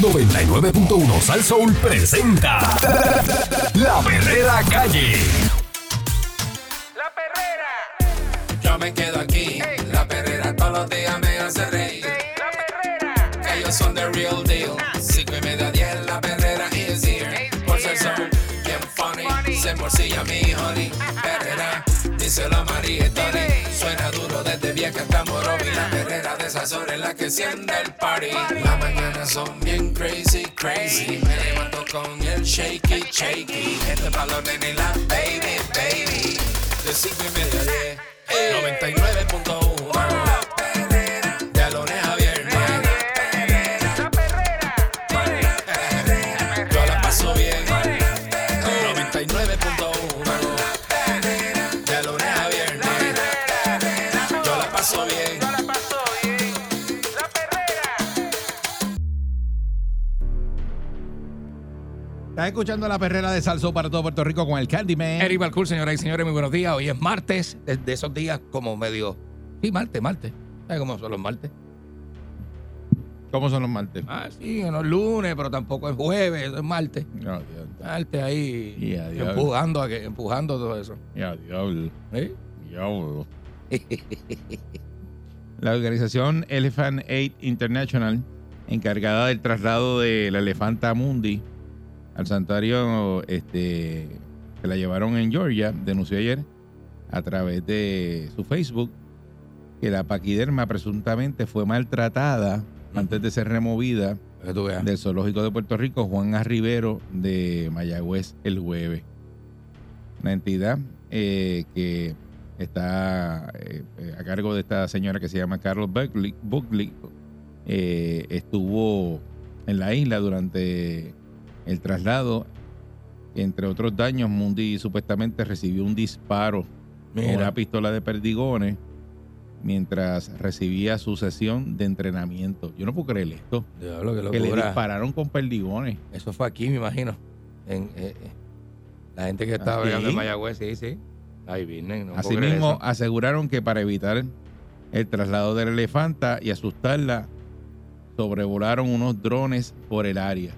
99.1 Sal Soul presenta La Perrera Calle. La perrera, Yo me quedo aquí. La perrera todos los días me hace reír. la perrera, Que ellos son the real deal. Cinco y media diez, la perrera is here. Por ser son bien funny. Ah, Se morcilla mi honey. Perrera, díselo a María y Tony. Suena duro desde vieja hasta morobi. La perrera de esas horas es la que enciende el Ah. party. Las mañanas son bien crazy, crazy. Me levanto con el shaky, shaky. Este es pa' los nenes y la baby, baby. De cinco y media a diez. 99.1 La ah. perrera De lunes a viernes la perrera, yo la paso bien. 99.1 De lunes a viernes. Yo la paso bien. no la pasó bien. La perrera, Estás escuchando la perrera de Salso para todo Puerto Rico con el Candyman. Eric Balcour, señoras y señores, muy buenos días. Hoy es martes, de, de esos días como medio. Sí, martes, martes. ¿Sabes cómo son los martes? ¿Cómo son los martes? Ah, sí, no es lunes, pero tampoco es jueves, eso es martes. Ya, diablo. Martes ahí Y a diablo. empujando, a que, empujando todo eso. Ya, diablo. ¿Sí? Diablo. La organización Elephant Aid International, encargada del traslado de la elefanta Mundi al santuario este, que la llevaron en Georgia, denunció ayer a través de su Facebook que la paquiderma presuntamente fue maltratada antes de ser removida Para que tú veas. del Zoológico de Puerto Rico, Juan A. Rivero de Mayagüez el jueves. Una entidad eh, que está eh, eh, a cargo de esta señora que se llama Carlos Buckley, Buckley, eh, estuvo en la isla durante el traslado. Entre otros daños, Mundi supuestamente recibió un disparo con Mira. una pistola de perdigones mientras recibía su sesión de entrenamiento. Yo no puedo creer esto Diablo, qué que le locura. dispararon con perdigones. Eso fue aquí, me imagino. En, eh, eh, la gente que Ah, estaba bregando ¿sí? en Mayagüez, sí, sí. Ahí vienen. No puedo creer Asimismo, eso. aseguraron que para evitar el traslado de la elefanta y asustarla, sobrevolaron unos drones por el área.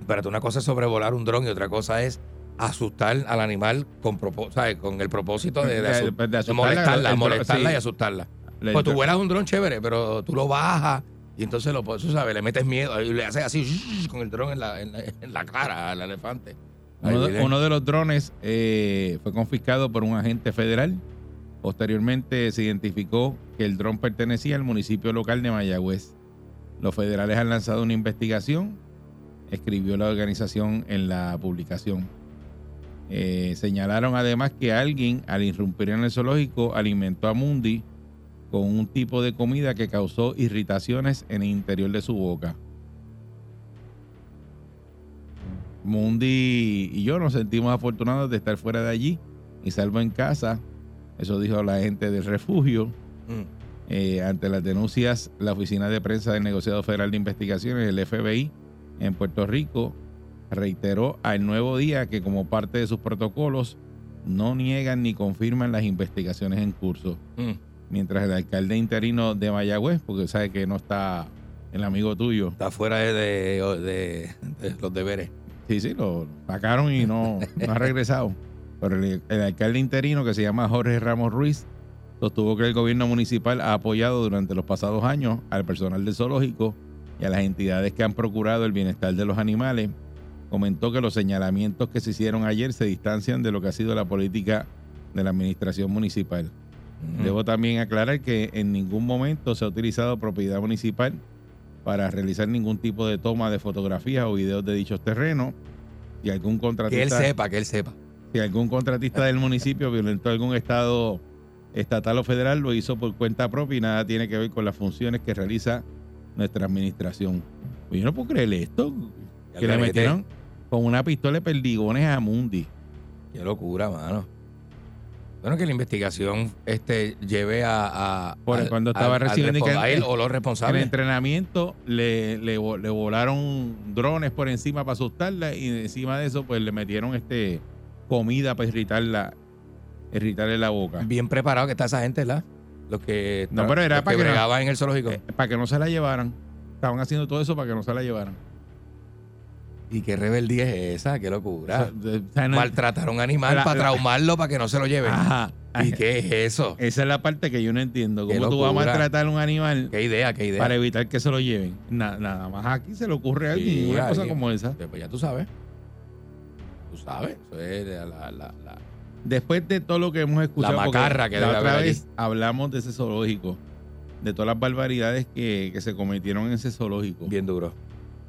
Espérate, una cosa es sobrevolar un dron y otra cosa es asustar al animal con, propó- ¿sabes? con el propósito de, de De- asu- de de asustarla, molestarla, el dron, molestarla sí. y asustarla. Le- Pues tú vuelas un dron chévere, pero tú lo bajas y entonces lo pones, tú sabes, le metes miedo y le haces así ¡shh! con el dron en la, en la- en la cara al elefante. Ay, uno, de, miren. uno de los drones eh, fue confiscado por un agente federal. Posteriormente se identificó que el dron pertenecía al municipio local de Mayagüez. Los federales han lanzado una investigación, escribió la organización en la publicación. Eh, señalaron además que alguien, al irrumpir en el zoológico, alimentó a Mundi con un tipo de comida que causó irritaciones en el interior de su boca. Mundi y yo nos sentimos afortunados de estar fuera de allí y salvo en casa. Eso dijo la gente del refugio. Mm. Eh, ante las denuncias, la Oficina de Prensa del Negociado Federal de Investigaciones, el FBI, en Puerto Rico, reiteró al nuevo día que como parte de sus protocolos no niegan ni confirman las investigaciones en curso. Mm. Mientras el alcalde interino de Mayagüez, porque sabe que no está el amigo tuyo, Está fuera de, de- de- de los deberes. Sí, sí, lo sacaron y no, no ha regresado. Pero el, el alcalde interino, que se llama Jorge Ramos Ruiz, sostuvo que el gobierno municipal ha apoyado durante los pasados años al personal del zoológico y a las entidades que han procurado el bienestar de los animales. Comentó que los señalamientos que se hicieron ayer se distancian de lo que ha sido la política de la administración municipal. Mm. Debo también aclarar que en ningún momento se ha utilizado propiedad municipal para realizar ningún tipo de toma de fotografías o videos de dichos terrenos. Si algún que él contratista, sepa, que él sepa. si algún contratista del municipio violentó algún estado estatal o federal, lo hizo por cuenta propia y nada tiene que ver con las funciones que realiza nuestra administración. Pues yo no puedo creer esto. Ya Que lo le metí. metieron con una pistola de perdigones a Mundi. Qué locura, mano. Bueno, que la investigación este, lleve a. a Por cuando estaba recibiendo respon- que- a él o los En el responsables. entrenamiento le, le, vo- le volaron drones por encima para asustarla y encima de eso pues le metieron este comida para irritarla, irritarle la boca. Pues. Bien preparado que está esa gente, ¿la? Los que, No, pero era los para que que no- bregaban en el zoológico. Eh, para que no se la llevaran. Estaban haciendo todo eso para que no se la llevaran. Y qué rebeldía es esa, qué O sea, locura. de- o sea, no- Maltratar a un animal La- para la- traumarlo para que no se lo lleven. Ajá. ¿Y qué es eso? Esa es la parte que yo no entiendo. Qué ¿Cómo tú vas a locura. maltratar a un animal ¿Qué idea, qué idea? para evitar que se lo lleven? Na- nada más aquí se le ocurre a alguien Sí, una a cosa alguien. como esa. Pues ya tú sabes. Tú sabes. Eso es la, la- la- la- Después de todo lo que hemos escuchado, porque macarra que la debe otra haber vez hablamos de ese zoológico, de todas las barbaridades que, que se cometieron en ese zoológico. bien duro.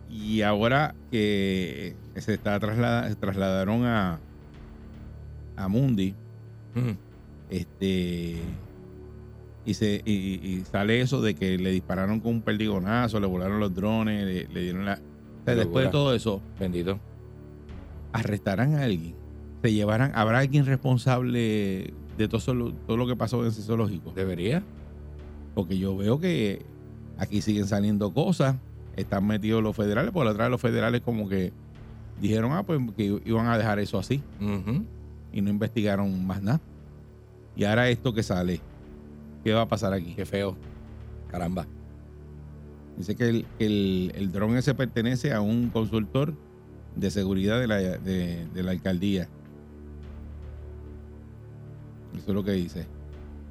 Y ahora que se está traslada, trasladaron a, a Mundi, Mm. este y se y, y- y sale eso de que le dispararon con un perdigonazo, le volaron los drones, le, le dieron la. o sea, Qué después locura. de todo eso, Bendito. arrestarán a alguien, se llevarán, habrá alguien responsable de todo, eso lo- todo lo que pasó en ese zoológico. Debería. Porque yo veo que aquí siguen saliendo cosas, están metidos los federales, por atrás los federales como que dijeron, ah, pues que iban a dejar eso así. Ujú. y no investigaron más nada. Y ahora esto que sale, ¿qué va a pasar aquí? Qué feo. Caramba. Dice que el, el, el dron ese pertenece a un consultor de seguridad de la, de, de la alcaldía. Eso es lo que dice.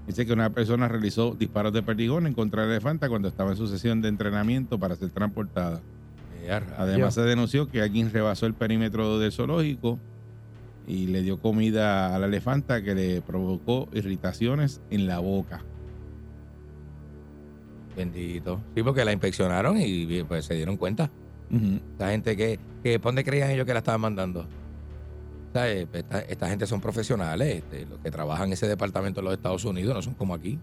Dice que una persona realizó disparos de perdigón en contra de la elefanta cuando estaba en su sesión de entrenamiento para ser transportada. Eh, a rayos. Además se denunció que alguien rebasó el perímetro del zoológico y le dio comida a la elefanta que le provocó irritaciones en la boca. Bendito. Sí, porque la inspeccionaron y y, pues se dieron cuenta. Ujú. Esta gente que, que ¿por dónde creían ellos que la estaban mandando? ¿Sabes? pues, Esta, esta gente son profesionales, este, los que trabajan en ese departamento en los Estados Unidos, no son como aquí.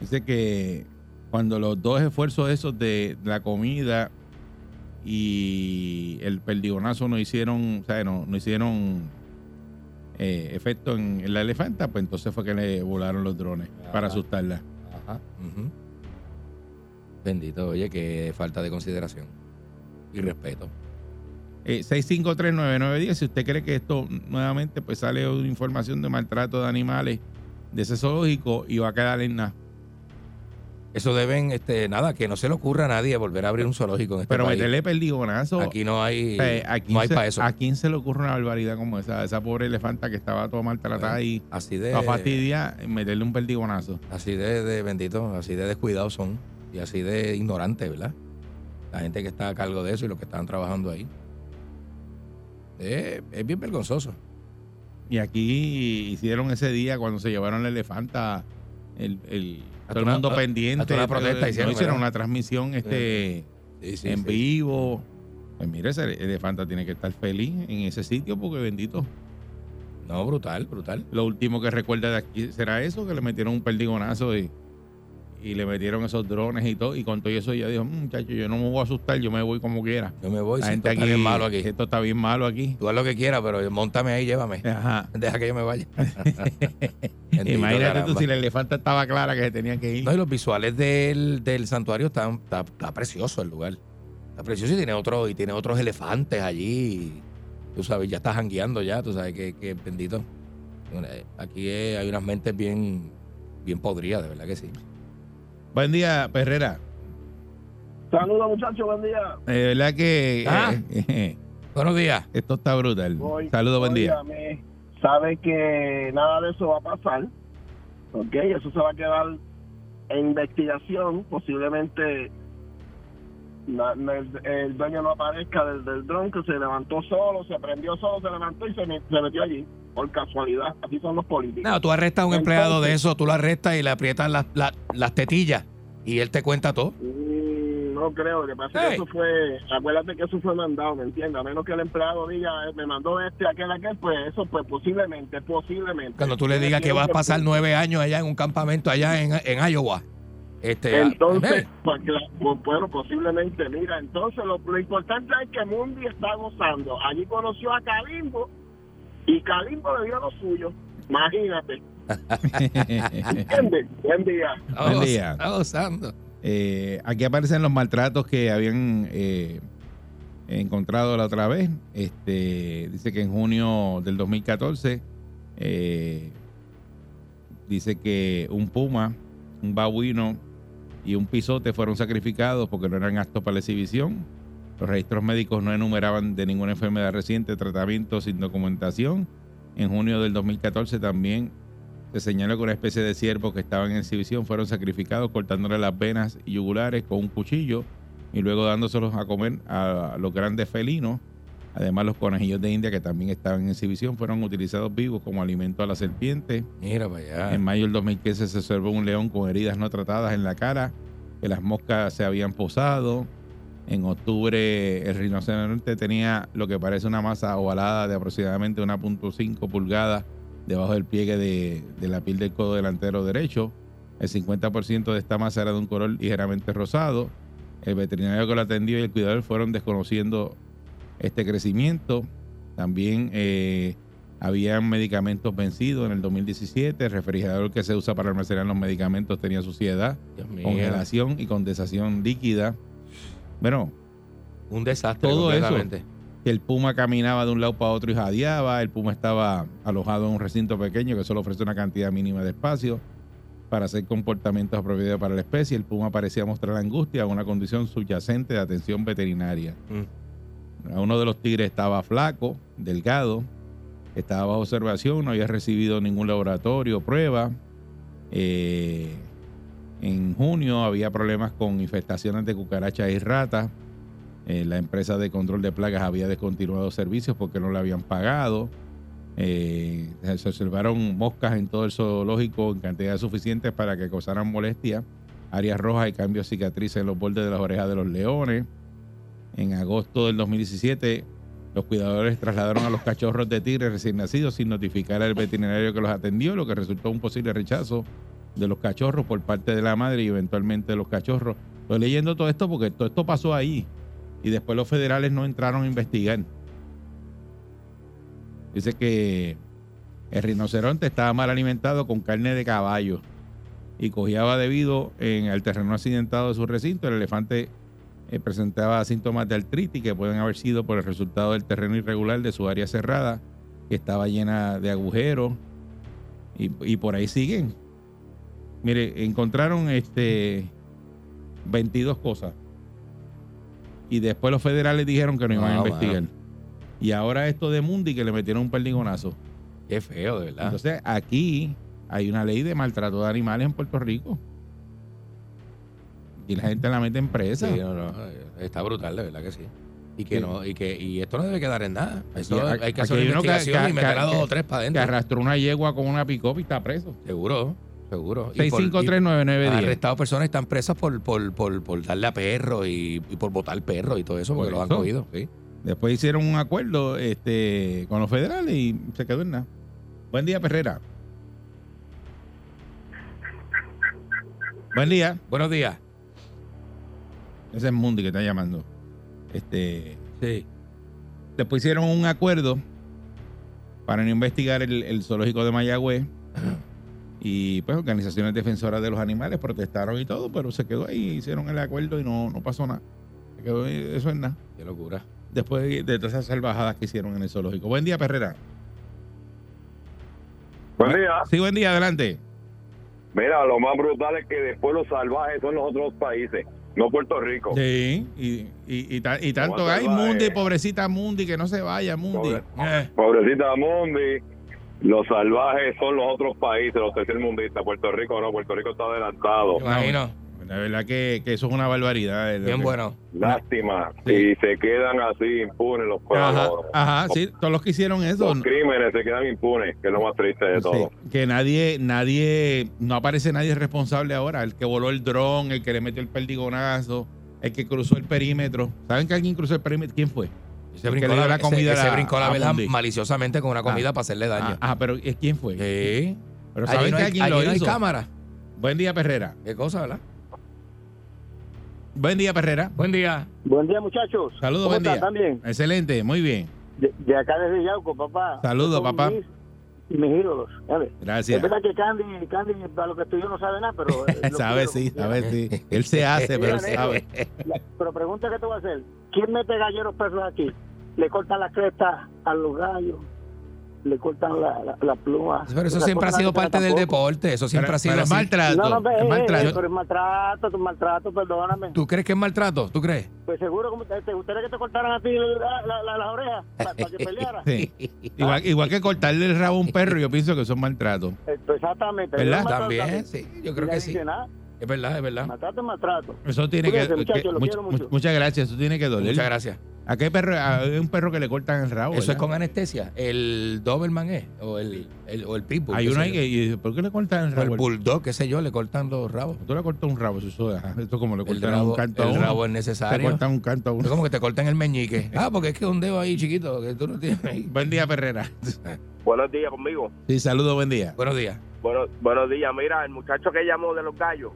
Dice que cuando los dos esfuerzos esos de la comida y el perdigonazo no hicieron, o sea, no, no hicieron eh, efecto en, en la elefanta, pues entonces fue que le volaron los drones para Ajá. asustarla. Ajá. Bendito, oye, que falta de consideración y respeto. Eh, 6539910, si usted cree que esto nuevamente pues sale una información de maltrato de animales de ese zoológico y va a quedar en nada. Eso deben, este, nada, que no se le ocurra a nadie volver a abrir un zoológico en este Pero país. meterle perdigonazo. Aquí no hay, o sea, ¿a quién no hay se- para eso. ¿A quién se le ocurre una barbaridad como esa? Esa pobre elefanta que estaba toda maltratada Bueno, y así de, la fastidia, meterle un perdigonazo. así de, de bendito, así de descuidados son y así de ignorantes, ¿verdad? La gente que está a cargo de eso y los que están trabajando ahí. Eh, es bien vergonzoso. Y aquí hicieron ese día cuando se llevaron la elefanta, el, el- Hasta todo el una- mundo hasta pendiente. una protesta No hicieron, hicieron ¿verdad? una transmisión este. en En vi- vivo. Pues mire, ese elefanta tiene que estar feliz en ese sitio porque bendito. No, brutal, brutal. Lo último que recuerda de aquí será eso, que le metieron un perdigonazo y, y le metieron esos drones y todo. Y con todo eso ella dijo, "Mm, muchacho, yo no me voy a asustar, yo me voy como quiera. Yo me voy, La Pues si gente esto está aquí- bien malo aquí. Esto está bien malo aquí. Tú haz lo que quieras, pero montame ahí, llévame. Ajá. Deja que yo me vaya. Bendito, Imagínate tú caramba. si la elefanta estaba clara que se tenía que ir. No, y los visuales del, del santuario están está, está precioso el lugar. Está precioso y tiene otro, y tiene otros elefantes allí. Tú sabes, ya estás jangueando ya, tú sabes que, que bendito. Bueno, eh, Aquí eh, hay unas mentes bien, bien podridas, de verdad que sí. Buen día, Perrera. Saludos muchachos, buen día. De verdad que eh, Ah. Buenos días. esto está brutal. Voy- Saludos, buen día. Óigame, Sabe que nada de eso va a pasar, ¿ok? Eso se va a quedar en investigación, posiblemente la- la- el, el dueño no aparezca del, del dron que se levantó solo, se prendió solo, se levantó y se, met- se metió allí, por casualidad. Así son los políticos. No, tú arrestas a un Entonces- empleado de eso, tú lo arrestas y le aprietas las, las- las tetillas y él te cuenta todo. Mm, No creo, le pasa Hey. que eso fue, acuérdate que eso fue mandado, ¿me entiendes? A menos que el empleado diga, "Eh, me mandó este, aquel, aquel, pues eso, pues posiblemente, posiblemente. Cuando tú le digas que vas a pasar nueve años allá en un campamento allá en, en Iowa. Este, Entonces, eh, pues, cla- pues, bueno, posiblemente, mira, entonces lo, lo importante es que Mundi está gozando. Allí conoció a Calimbo y Calimbo le dio lo suyo. Imagínate, ¿entiendes? Buen día. está Buen goz- día. está gozando. Eh, aquí aparecen los maltratos que habían eh, encontrado la otra vez. Este, dice que en junio del 2014 eh, Dice que un puma, un babuino y un pisote fueron sacrificados porque no eran aptos para la exhibición. Los registros médicos no enumeraban de ninguna enfermedad reciente, tratamiento sin documentación. En junio del 2014 también se señaló que una especie de ciervos que estaban en exhibición fueron sacrificados cortándole las venas y yugulares con un cuchillo y luego dándoselos a comer a los grandes felinos. Además, los conejillos de India que también estaban en exhibición fueron utilizados vivos como alimento a la serpiente. Mira para allá. En mayo del 2015 se observó un león con heridas no tratadas en la cara, que las moscas se habían posado. En octubre el rinoceronte tenía lo que parece una masa ovalada de aproximadamente 1.5 pulgadas debajo del pliegue de, de la piel del codo delantero derecho. El 50% de esta masa era de un color ligeramente rosado. El veterinario que lo atendió y el cuidador fueron desconociendo este crecimiento. También eh, habían medicamentos vencidos en el 2017. El refrigerador que se usa para almacenar los medicamentos tenía suciedad, Dios mío. congelación y condensación líquida. Bueno, Un desastre. Todo eso. completamente. que el puma caminaba de un lado para otro y jadeaba. El puma estaba alojado en un recinto pequeño que solo ofrece una cantidad mínima de espacio para hacer comportamientos apropiados para la especie. El puma parecía mostrar angustia, una condición subyacente de atención veterinaria. A uno de los tigres estaba flaco, delgado, estaba bajo observación, no había recibido ningún laboratorio, prueba. Eh, en junio había problemas con infestaciones de cucarachas y ratas. Eh, la empresa de control de plagas había descontinuado servicios porque no le habían pagado. Eh, se observaron moscas en todo el zoológico en cantidades suficientes para que causaran molestias, áreas rojas y cambios de cicatrices en los bordes de las orejas de los leones. En agosto del 2017, los cuidadores trasladaron a los cachorros de tigres recién nacidos sin notificar al veterinario que los atendió, lo que resultó un posible rechazo de los cachorros por parte de la madre y eventualmente de los cachorros. Estoy leyendo todo esto porque todo esto pasó ahí y después los federales no entraron a investigar. Dice que el rinoceronte estaba mal alimentado con carne de caballo y cojeaba debido en, al terreno accidentado de su recinto. El elefante eh, presentaba síntomas de artritis que pueden haber sido por el resultado del terreno irregular de su área cerrada, que estaba llena de agujeros, y, y por ahí siguen. Mire, encontraron este 22 cosas. Y después los federales dijeron que no iban a Ah, investigar. bueno. Y ahora esto de Mundi que le metieron un perdigonazo. Qué feo, de verdad. Entonces, aquí hay una ley de maltrato de animales en Puerto Rico. Y la gente la mete en presa. Sí, no, no, está brutal, de verdad que sí. Y que Sí. no, y que y esto no debe quedar en nada. Eso Aquí- hay aquí que hacer una hay uno que- investigación que- y meter a que- dos o tres para que adentro. arrastró una yegua con una pick y está preso. Seguro, seguro. Y por- y han 6539910. arrestado personas que están presas por, por, por, por darle a perros y, y por botar perros y todo eso, porque Por los han eso. cogido. sí. Después hicieron un acuerdo este, con los federales y se quedó en nada. Buen día, Perrera. Buen día. Buenos días. Ese es Mundi que está llamando. Este, Sí. después hicieron un acuerdo para no investigar el, el zoológico de Mayagüez. Y pues organizaciones defensoras de los animales protestaron y todo, pero se quedó ahí, hicieron el acuerdo y no, no pasó nada. Se quedó ahí, eso es nada. Qué locura. después de- de todas esas salvajadas que hicieron en el zoológico. Buen día, Perrera. Buen día. Sí, buen día, adelante. Mira, lo más brutal es que después los salvajes son los otros países, no Puerto Rico. Sí, y, y- y ta- y tanto, Aguanta, ay, Oh. va, Mundi, eh. pobrecita Mundi, que no se vaya, Mundi. Pobre- Eh, Pobrecita Mundi, los salvajes son los otros países, los tercermundistas. Puerto Rico no, Puerto Rico está adelantado. Me imagino. la verdad que, que eso es una barbaridad. eh, lo Bien que- bueno. Lástima. Sí. Y se quedan así impunes los, Ajá, los- ajá, sí, todos los que hicieron eso. los crímenes, se quedan impunes, que es lo más triste de Sí, todo. que nadie, nadie, no aparece nadie responsable ahora. El que voló el dron, el que le metió el perdigonazo, el que cruzó el perímetro. ¿Saben que alguien cruzó el perímetro? ¿Quién fue? Se Que brincó le dio la, la ese- comida ese a- brincó la a vela Mundi. maliciosamente con una comida Ah. para hacerle Ah, daño. ah, pero ¿eh, ¿quién fue? Sí. Pero Allí ¿saben no que hay- alguien allí lo no hay hizo? cámara. Buen día, Perrera. Qué cosa, ¿verdad? Buen día, Perrera. Buen día. Buen día, muchachos. Saludos, ¿Cómo buen estás? día. ¿Están bien? Excelente, muy bien. De, de acá desde Yauco, papá. Saludos, Son papá. Mis, mis ídolos. ¿sabes? Gracias. Es verdad que Candy, Candy, para lo que estudió no sabe nada, pero... eh, lo Sabe, quiero. sí, sabe, sí. Él se hace, pero Mira, sabe. La- pero pregunta que te voy a hacer. ¿Quién mete galleros perros aquí? Le cortan la cresta a los gallos, le cortan la, la, la pluma. Pero eso Esas siempre ha cosas sido no se parte del tampoco. deporte, eso siempre Para- ha sido para así. maltrato. No, no, es eh, eh, maltrato. pero es maltrato, es maltrato, perdóname. ¿Tú crees que es maltrato? ¿Tú crees? Pues seguro, como te, te gustaría que te cortaran a ti la- la- la- las orejas para que pelearas. Sí. Igual, igual que cortarle el rabo a un perro, yo pienso que eso es maltrato. Eh, pues Exactamente. ¿Verdad? Es maltrato También, también. sí, yo creo Nadie que sí. dice nada. Es verdad, es verdad. Maltrato es maltrato. Eso tiene que, Cuídense, muchachos, que- los much- quiero much- mucho. Muchas gracias, eso tiene que doler. Muchas gracias. ¿A qué perro? A un perro que le cortan el rabo. Eso es ¿verdad? con anestesia. El Doberman es, o el, el- o el Pitbull. Hay qué uno sé ahí que y dice, ¿por qué le cortan el yo. O el rabo? Bulldog, qué sé yo, le cortan los rabos. Tú le cortas un rabo, eso, eso, ajá, esto es como le El cortan un rabo, canto a el uno. rabo es Te necesario. cortan un canto a Es uno. como que te cortan el meñique. Ah, porque es que es un dedo ahí chiquito que tú no tienes ahí. Buen día, Perrera. Buenos días conmigo. Sí, saludo, buen día. Buenos días. Bueno, buenos días. Mira, el muchacho que llamó de los gallos.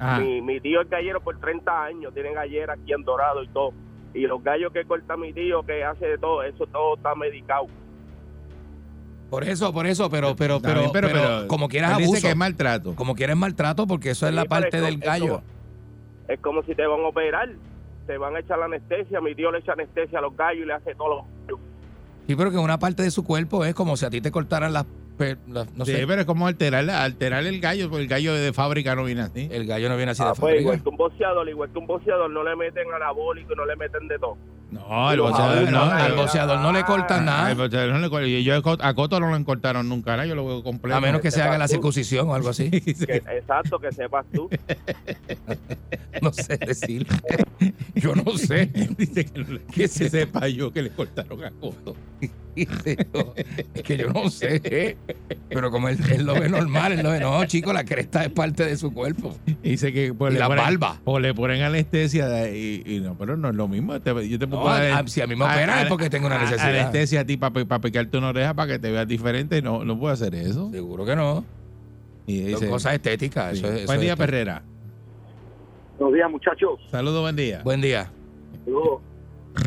Ajá. Mi, mi tío es gallero por 30 años. Tienen gallera aquí en Dorado y todo. Y los gallos que corta mi tío, que hace de todo, eso todo está medicado. Por eso, por eso, pero, pero, Está pero, bien, pero, como quieras él abuso. Dice que es maltrato. Como quieras maltrato, porque eso es Sí, la pero parte eso- del gallo. Es como si te van a operar. Te van a echar la anestesia. Mi tío le echa anestesia a los gallos y le hace todo los Sí, pero que una parte de su cuerpo es como si a ti te cortaran las, pe- las- no sí, sé, pero es como alterar, alterar el gallo, porque el gallo de fábrica no viene así. el gallo no viene así Ah, de pues, fábrica. igual que un boxeador, igual que un boxeador, no le meten anabólico y no le meten de todo. No, el Los boxeador abogados, Ah, no. los al el- boxeador no le cortan Ah, el nada, boxeador no le corta. Yo- yo a Cot- a Coto no le cortaron nunca, ahora yo lo veo completo. a menos que se haga la Tú- circuncisión o algo así. Que- exacto, que sepas tú. No sé decir. Yo no sé. Dice que, no le- que se sepa yo que le cortaron a Coto. Es que yo no sé. Pero como él, él lo ve normal, él lo ve. No, chico, la cresta es parte de su cuerpo. Dice que pues, Y le la ponen- barba. O le ponen anestesia y, y no, pero no es lo mismo. Te- yo te puedo No, dar- a- si a mí me operan es porque tengo una eh, a- necesidad. Anestesia a ti para picarte una oreja para que te veas diferente. No, no puedo hacer eso. Seguro que no. Y dice, Son cosas estéticas. sí. Eso es- eso buen es día, estético. Perrera. Buenos días, muchachos. Saludos, buen día. Buen día. Saludos.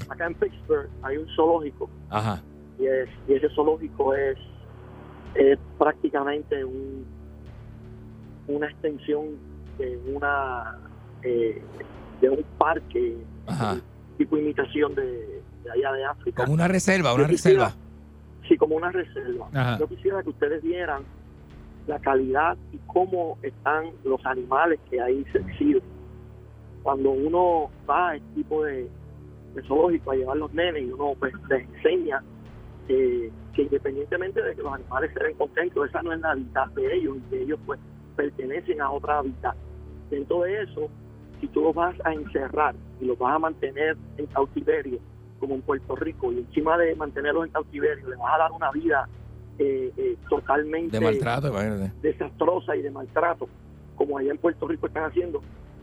Acá en Pittsburgh hay un zoológico Ajá. y, es, y ese zoológico es, es prácticamente un, una extensión de una eh, de un parque Ajá. tipo imitación de, de allá de África. Como una reserva, una Yo reserva. quisiera- sí, como una reserva. Ajá. Yo quisiera que ustedes vieran la calidad y cómo están los animales que ahí se exhiben. Cuando uno va a este tipo de, de zoológico a llevar los nenes y uno pues, les enseña eh, que independientemente de que los animales se ven contentos, esa no es la vida de ellos, y que ellos pues pertenecen a otra vida. Dentro de eso, si tú los vas a encerrar y los vas a mantener en cautiverio, como en Puerto Rico, y encima de mantenerlos en cautiverio, les vas a dar una vida eh, eh, totalmente De maltrato, imagínate. desastrosa y de maltrato, como allá en Puerto Rico están haciendo,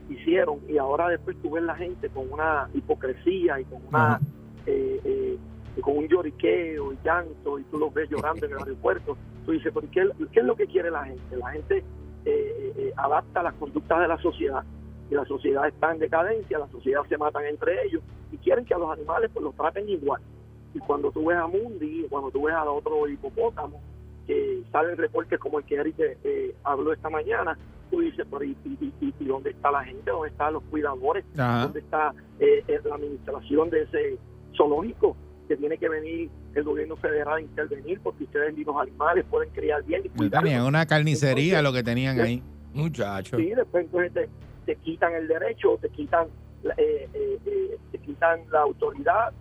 hicieron, y ahora después tú ves la gente con una hipocresía y con una eh, eh, y con un lloriqueo y llanto, y tú los ves llorando en el aeropuerto, tú dices, ¿por qué, qué es lo que quiere la gente? La gente eh, eh, eh, adapta las conductas de la sociedad, y la sociedad está en decadencia, la sociedad se matan entre ellos, y quieren que a los animales pues los traten igual. Y cuando tú ves a Mundi, cuando tú ves a otro hipopótamo, que salen reportes como el que Eric eh, eh, habló esta mañana, tú dices, pero ¿y, y- y- y dónde está la gente? ¿Dónde están los cuidadores? Ajá. ¿Dónde está eh, eh, la administración de ese zoológico? Que tiene que venir el gobierno federal a intervenir porque ustedes ni los animales pueden criar bien. y No cuidarlos. Tenían una carnicería lo que tenían ahí. Muchacho. Sí, después entonces te, te quitan el derecho, te quitan, la- eh, eh, eh, te quitan la autoridad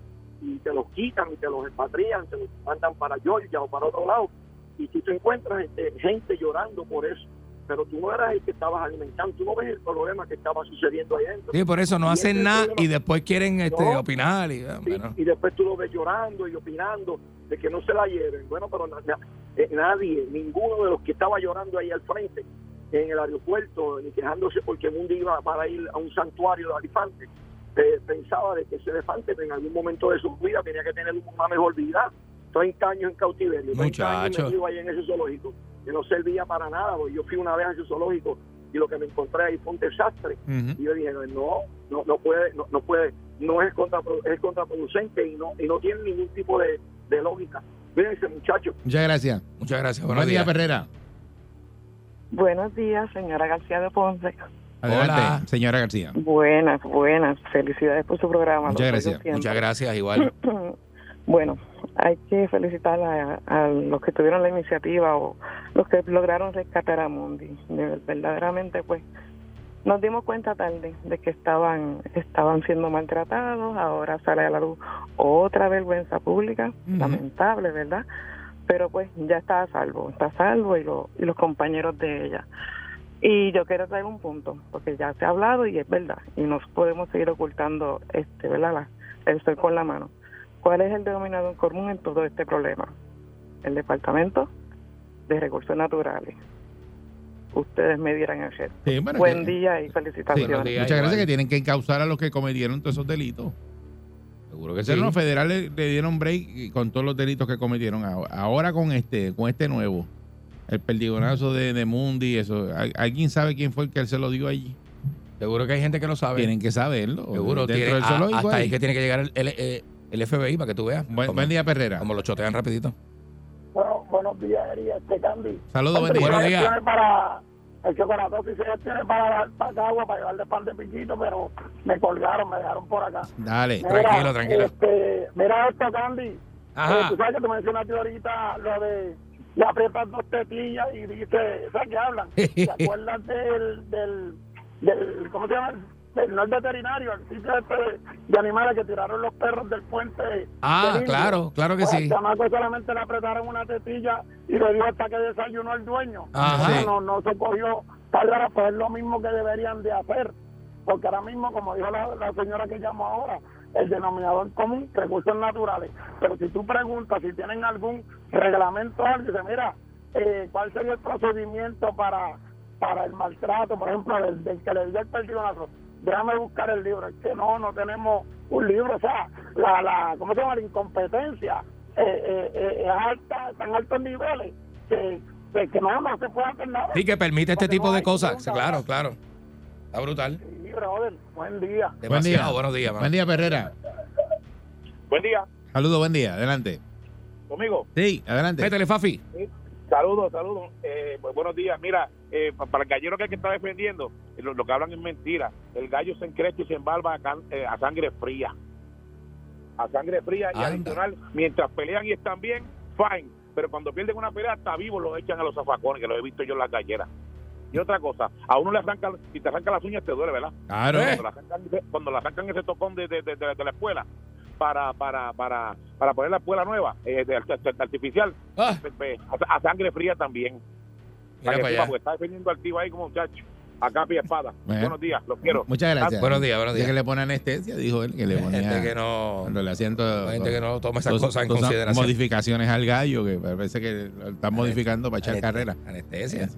y te los quitan y te los expatrian, te los mandan para Georgia o para otro lado. Y tú te encuentras este, gente llorando por eso. Pero tú no eras el que estabas alimentando, tú no ves el problema que estaba sucediendo ahí dentro. Sí, por eso no Y ese hacen es el nada y problema. después quieren este, No. opinar. Y, ah, Sí, bueno. Y después tú lo ves llorando y opinando de que no se la lleven. Bueno, pero na- na- eh, nadie, ninguno de los que estaba llorando ahí al frente en el aeropuerto ni quejándose porque Mundi iba para ir a un santuario de elefantes, eh, pensaba de que ese elefante en algún momento de su vida tenía que tener una mejor vida. 30 años en cautiverio, 30 años Muchacho. metido ahí en ese zoológico, que no servía para nada. porque Yo fui una vez a ese zoológico y lo que me encontré ahí fue un desastre. Ujú. Y yo dije, no, no, no puede, no, no puede, no es, contraprodu- es contraproducente y no, y no tiene ningún tipo de, de lógica. Fíjense, muchachos, Muchas gracias. Muchas gracias. Buen Buenos día, días. Perrera. Buenos días, señora García de Ponce. Adelante, Hola. señora García. Buenas, buenas. Felicidades por su programa. Muchas Los oigo gracias. siempre. Muchas gracias, igual. Bueno, hay que felicitar a, a los que tuvieron la iniciativa o los que lograron rescatar a Mundi. De- Verdaderamente, pues, nos dimos cuenta tarde de que estaban, estaban siendo maltratados. Ahora sale a la luz otra vergüenza pública, lamentable, ¿verdad? Pero pues ya está a salvo, está a salvo y, lo- y los compañeros de ella. Y yo quiero traer un punto, porque ya se ha hablado y es verdad, y no podemos seguir ocultando este, ¿verdad? La- el sol con la mano. ¿Cuál es el denominador común en todo este problema? El Departamento de Recursos Naturales. Ustedes me dirán ayer. Sí, bueno, Buen que- día y Sí, felicitaciones. muchas gracias que tienen que encauzar a los que cometieron todos esos delitos. Seguro que Pero los federales le dieron break con todos los delitos que cometieron. Ahora- Ahora con este, con este nuevo, el perdigonazo de, de Mundi, eso. ¿Al- ¿Alguien sabe quién fue el que él se lo dio allí? Seguro que hay gente que lo sabe. Tienen que saberlo. Seguro, Dentro tiene- del a- zoológico hasta hay. ahí que tiene que llegar el, el- eh, el FBI para que tú veas. Buen, buen día, Perrera. Como lo chotean rapidito. Bueno, buenos días, Ariel, este Candy. Saludos, buen día. Hombre, yo gestioné para el chocolate y se gestioné este para dar para agua, para llevarle pan de piquito, pero me colgaron, me dejaron por acá. Eh, Dale, Mira, tranquilo, tranquilo. Eh, Este, mira esto, Candy. Ajá. Eh, tú sabes que te mencionaste ahorita lo de le aprietas dos tetillas y dice, ¿sabes qué hablan? ¿Te acuerdas del, del, del ¿cómo se llama? Del, no el veterinario, el sitio este de, de animales que tiraron los perros del puente. Ah, del Indio? claro, claro que Pues, sí. al chamaco solamente le apretaron una tetilla y le dio hasta que desayunó el dueño. Ajá. Bueno, no, no se cogió tal vez pues es lo mismo que deberían de hacer. Porque ahora mismo, como dijo la, la señora que llamó ahora, el denominador común, recursos naturales. Pero si tú preguntas si tienen algún reglamento, o algo, dice, mira, eh, ¿cuál sería el procedimiento para, para el maltrato, por ejemplo, del, del que le dio el perdigonazo? Déjame buscar el libro. Es que no, no tenemos un libro. O sea, la, la ¿cómo se llama? La incompetencia eh, eh, eh, es alta, tan altos niveles que, Pues, que, que no, no se puede hacer nada. Sí, que permite este Porque tipo no de hay cosas. pregunta, Claro, claro. Está brutal. Sí, brother, buen día. Buen día. Demasiado. Buenos días, mano. Buen día, Perrera. Buen día, Saludos, buen día. Adelante. conmigo. Sí, adelante. Métele, Fafi. Saludos, saludos. Eh, pues buenos días. Mira, eh, pa- para el gallero que, que está defendiendo, eh, lo, lo que hablan es mentira. El gallo se encrecha y se embalba a, can- eh, a sangre fría. A sangre fría y Anda. adicional, mientras pelean y están bien, fine. Pero cuando pierden una pelea, hasta vivo los echan a los zafacones, que lo he visto yo en las galleras. Y otra cosa, a uno le arrancan, si te arrancan las uñas te duele, ¿verdad? Claro. Eh, Cuando la sacan, cuando la sacan ese tocón de, de- de- de- de la escuela para, para, para, para poner la escuela nueva, eh, de- de- de- artificial, Ah, pe- pe- a, a sangre fría también. mira Para que para sepa, allá. porque está defendiendo activo ahí como muchacho. A capa y espada. Bueno. Buenos días, los quiero. Muchas gracias. Buenos días, buenos Dice que días. le pone anestesia, dijo él, que le ponía. Gente que no, cuando le hacían todo- gente que no toma esas Todas- cosas en todas esas consideración. Eh, Modificaciones al gallo, que parece que lo están modificando para echar Aneste- carrera. Anestesia.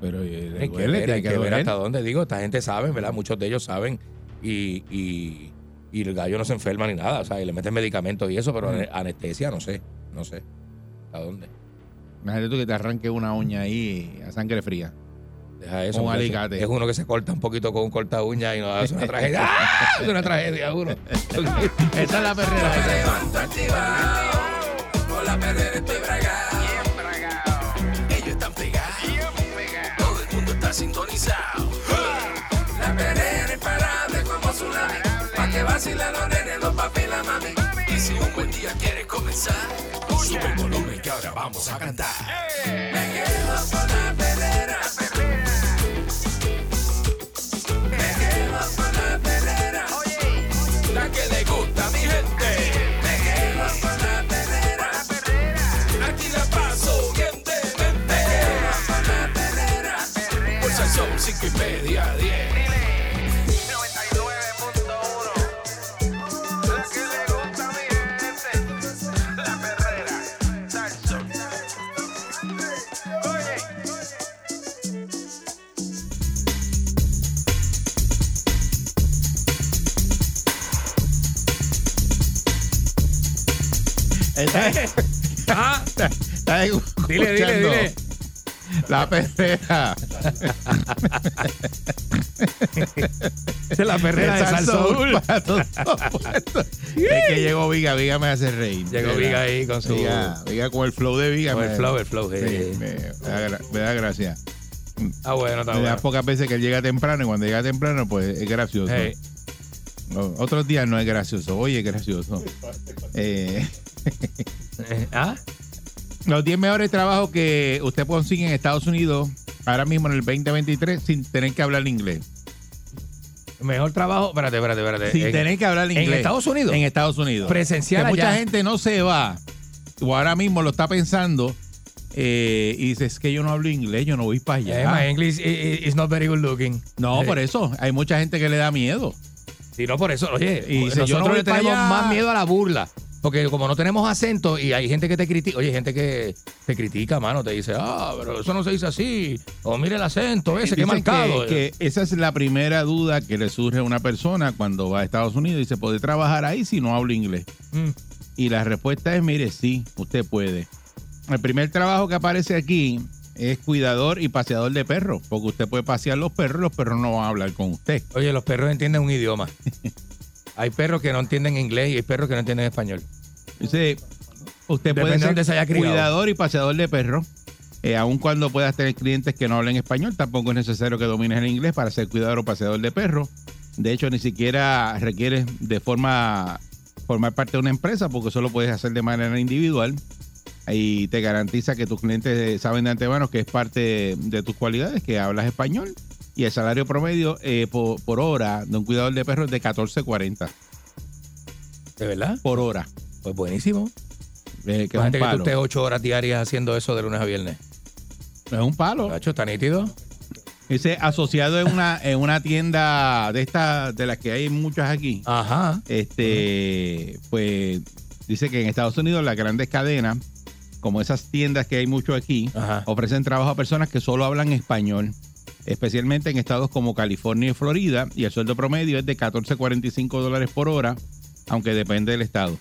Pero eh, le Hay que duele, ver, tiene hay que que ver doler. hasta dónde. Digo, esta gente sabe, ¿verdad? Muchos de ellos saben. Y, y, y el gallo no se enferma ni nada. O sea, y le meten medicamentos y eso, pero Mm. ane- anestesia, no sé. No sé. ¿A dónde? Imagínate tú que te arranque una uña ahí a sangre fría. Deja eso. Un muchacho. alicate. Es uno que se corta un poquito con un corta uña y no es una tragedia. ¡Ah! Es una tragedia, uno. Esa es la perrera. esa es. levanto activado. Con la perrera estoy bragado. Ellos están pegados. Todo el mundo está sintonizado. La perrera imparable como tsunami. Pa' que vacilen los nenes, los papi y la mami. Y si un buen día quieres comenzar, sube el volumen que ahora vamos a cantar. Me quedo con la perrera. Me quedo con la perrera. La que le gusta a mi gente. Me quedo con la perrera. Aquí la paso bien demente. Me quedo con la perrera. Por ser son cinco y media a diez. 99.1 La que le gusta a mi gente La perrera Salsón Oye Ah, Estás Dile, dile, ¿Eh? escuchando dile. La perrera. la perrera de Salsa Salsoul. Urba, todo puesto. Es que llegó Viga, Viga me hace reír. Llegó Viga. Viga ahí con su. Viga, Viga con el flow de Viga. Con el me- flow, el flow. Sí, eh. me, me da, gra- me da gracia. Ah, bueno, está Me da bueno. pocas veces que él llega temprano y cuando llega temprano, pues es gracioso. Hey, O- Otros días no es gracioso, hoy es gracioso. Eh, Eh, ¿ah? Los 10 mejores trabajos que usted consigue en Estados Unidos ahora mismo en el 2023 sin tener que hablar inglés. Mejor trabajo. Espérate, espérate, espérate. Sin Eh, En- tener que hablar inglés. En Estados Unidos. En Estados Unidos. Presencial Que mucha allá. gente no se va, o ahora mismo lo está pensando, eh, y dice, es que yo no hablo inglés, yo no voy para allá. Yeah, my English i- i- is eh, not very good looking. No, Eh, por e- eso. Hay mucha gente que le da miedo. Sí, no, por eso. Oye, Y dice, nosotros yo no voy le tenemos pa' allá. más miedo a la burla. Porque como no tenemos acento y hay gente que te critica, oye, gente que te critica, mano, te dice, ah, pero eso no se dice así. O mire el eh. acento ese, qué Dicen marcado. Que, que esa es la primera duda que le surge a una persona cuando va a Estados Unidos y dice, ¿puede trabajar ahí si no hablo inglés? Mm. Y la respuesta es, mire, sí, usted puede. El primer trabajo que aparece aquí es cuidador y paseador de perros, porque usted puede pasear los perros, los perros no van a hablar con usted. Oye, los perros entienden un idioma. hay perros que no entienden inglés y hay perros que no entienden español. Dice, usted Depende puede de dónde ser se haya criado. cuidador y paseador de perros. eh, aun cuando puedas tener clientes que no hablen español, tampoco es necesario que domines el inglés para ser cuidador o paseador de perros. De hecho, ni siquiera requieres de forma formar parte de una empresa, porque eso lo puedes hacer de manera individual y te garantiza que tus clientes eh, saben de antemano que es parte de tus cualidades, que hablas español y el salario promedio eh, po- por, hora de un cuidador de perros es de 14.40 ¿De verdad? por hora. Pues buenísimo. Eh, que es un Imagínate que tú palo. estés ocho horas diarias haciendo eso de lunes a viernes. Es un palo. Nacho, está nítido. Dice, asociado en una, en una tienda de estas, de las que hay muchas Ah. aquí. Ajá. Este, pues dice que en Estados Unidos las grandes cadenas, como esas tiendas que hay mucho aquí, Ajá. ofrecen trabajo a personas que solo hablan español, especialmente en estados como California y Florida, y el sueldo promedio es de 14.45 dólares por hora, aunque depende del estado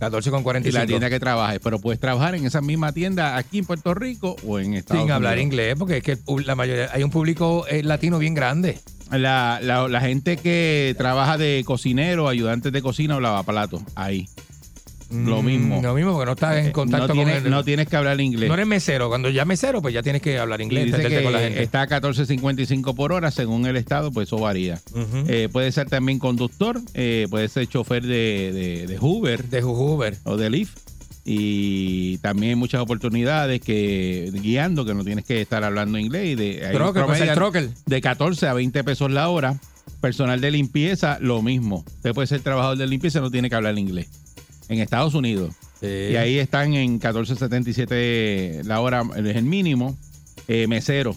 14 con y 45. la tienda que trabajes. Pero puedes trabajar en esa misma tienda aquí en Puerto Rico o en Estados sin hablar Unidos. inglés, porque es que la mayoría, hay un público eh, latino bien grande. La, la- la gente que trabaja de cocinero, ayudantes de cocina o lavaplatos, ahí. Lo Mm, mismo. Eh, Lo mismo, porque no estás en contacto no, tienes, con el- no tienes que hablar inglés. No eres mesero. Cuando ya mesero, pues ya tienes que hablar inglés, Y dice entenderte que con la gente. está a 14.55 por hora, según el estado, pues eso varía. Ujú. Eh, puede ser también conductor, eh, puede ser chofer de, de, de Uber de Jujuber. o de Lyft. Y también hay muchas oportunidades que guiando, que no tienes que estar hablando inglés. Y de, hay un Trocker, pues el promedio- trocker. de 14 a 20 pesos la hora. Personal de limpieza, lo mismo. Usted puede ser trabajador de limpieza, no tiene que hablar inglés. En Estados Unidos. Y ahí están en 14.77 la hora, es el mínimo. Eh, mesero.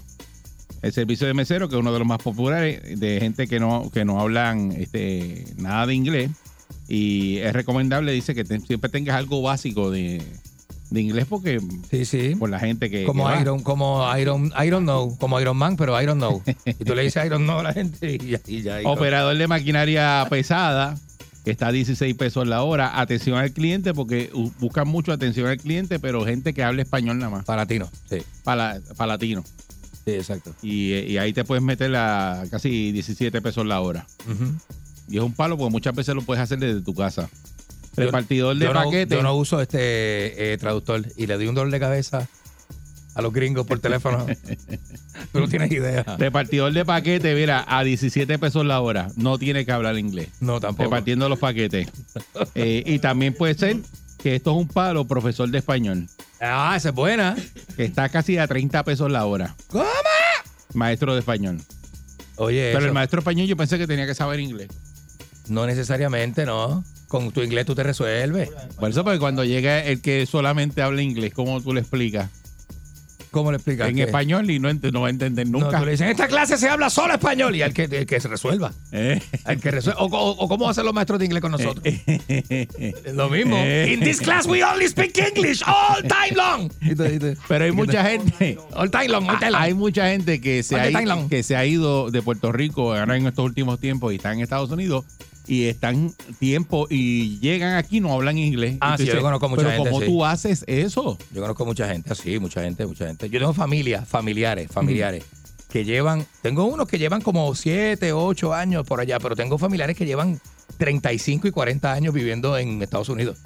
El servicio de mesero, que es uno de los más populares, de gente que no, que no hablan este, nada de inglés. Y es recomendable, dice, que te- siempre tengas algo básico de, de inglés, porque Sí, sí. por la gente que. que Como va. Iron, como Iron, Iron No, como Iron Man, pero Iron No. Y tú le dices Iron No a la gente y ya, y ya. y- Operador de maquinaria pesada, que está a 16 pesos la hora. Atención al cliente, porque u- buscan mucho atención al cliente, pero gente que habla español nada más, Para latino. Sí, para, para latino. sí, exacto. Y, eh, y ahí te puedes meter a casi 17 pesos la hora. Ujú. Y es un palo porque muchas veces lo puedes hacer desde tu casa. Repartidor de yo, no, paquetes. yo no uso este eh, traductor y le doy un dolor de cabeza a los gringos por teléfono. tú no tienes idea. Repartidor de paquetes, mira, a 17 pesos la hora. No tiene que hablar inglés. No, tampoco. Repartiendo los paquetes. Eh, y también puede ser que esto es un palo, profesor de español. Ah, esa es buena. que está casi a 30 pesos la hora. ¿Cómo? Maestro de español. Oye, Pero eso- el maestro de español yo pensé que tenía que saber inglés. no necesariamente, no. Con tu inglés tú te resuelves. Por eso, porque cuando llega el que solamente habla inglés, ¿cómo tú le explicas? ¿Cómo le explicas? En que- español y no, ent- no va a entender No, nunca. tú le dices, en esta clase se habla solo español y al que, el que se resuelva. Eh, Al que resuelva. O, o- o cómo hacen los maestros de inglés con nosotros. Lo mismo. Eh. In this class we only speak English all time long. Pero hay mucha gente. Ah, All time long, all time long. Hay mucha gente que se, Oye, ha, Tylon. que se ha ido de Puerto Rico ahora en estos últimos tiempos y están en Estados Unidos y están tiempo y llegan aquí no hablan inglés. Ah, Y tú sí, yo dices, conozco mucha Pero gente, ¿cómo sí. tú haces eso? Yo conozco mucha gente, así, mucha gente, mucha gente. Yo tengo familia, familiares, familiares, que llevan, tengo unos que llevan como 7, 8 años por allá, pero tengo familiares que llevan 35 y 40 años viviendo en Estados Unidos.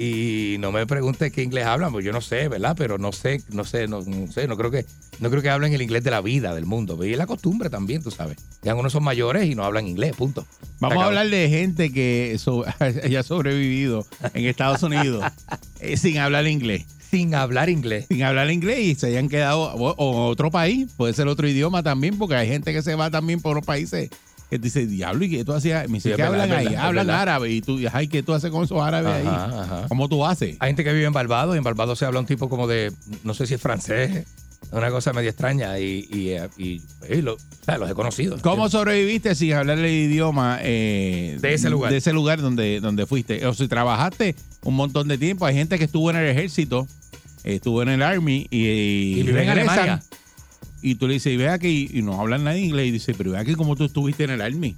Y no me preguntes qué inglés hablan, pues yo no sé, ¿verdad? Pero no sé, no sé, no, no sé, no creo que, no creo que hablen el inglés de la vida, del mundo. Y es la costumbre también, tú sabes. Ya unos son mayores y no hablan inglés, punto. Vamos a hablar de gente que so- haya sobrevivido en Estados Unidos eh, sin hablar inglés. Sin hablar inglés. Sin hablar inglés y se hayan quedado o, o otro país, puede ser otro idioma también, porque hay gente que se va también por otros países que dice, diablo, ¿y qué tú hacías? Me Sí, dice, es "¿Qué verdad, hablan es ahí? verdad, es hablan verdad. árabe y tú, ay, ¿qué tú haces con esos árabes ahí? Ajá, ajá. ¿Cómo tú haces? Hay gente que vive en Barbados y en Barbados se habla un tipo como de, no sé si es francés, una cosa medio extraña y, y, eh, y- y lo- o sea, los he conocido. ¿Cómo sobreviviste sin hablar el idioma eh, De ese lugar. de ese lugar donde, donde fuiste? O si trabajaste un montón de tiempo. Hay gente que estuvo en el ejército, estuvo en el army y, Y vive en regresan. Alemania. Y tú le dices, ve aquí, y no hablan nada inglés. Y dice, pero ve aquí cómo tú estuviste en el army.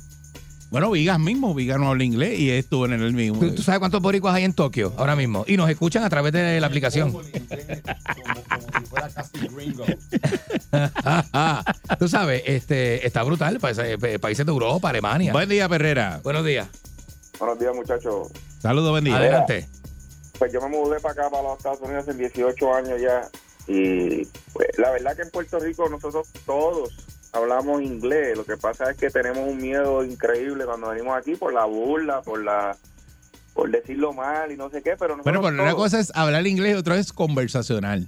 Bueno, Vigas mismo, Vigas no habla inglés y estuvo en el army. ¿Tú, tú sabes cuántos boricuas hay en Tokio ahora mismo? Y nos escuchan a través de la aplicación. Ah, tú sabes, este, está brutal. pa- pa- Países de Europa, Alemania. Buen día, Perrera. Buenos días. Buenos días, muchachos. Saludos, buen día. Adelante. Pues yo me mudé para acá, para los Estados Unidos, hace 18 años ya. Y pues, la verdad que en Puerto Rico nosotros todos hablamos inglés. Lo que pasa es que tenemos un miedo increíble cuando venimos aquí por la burla, por la por decirlo mal y no sé qué, pero nosotros Bueno, pero una todos- cosa es hablar inglés y otra es conversacional.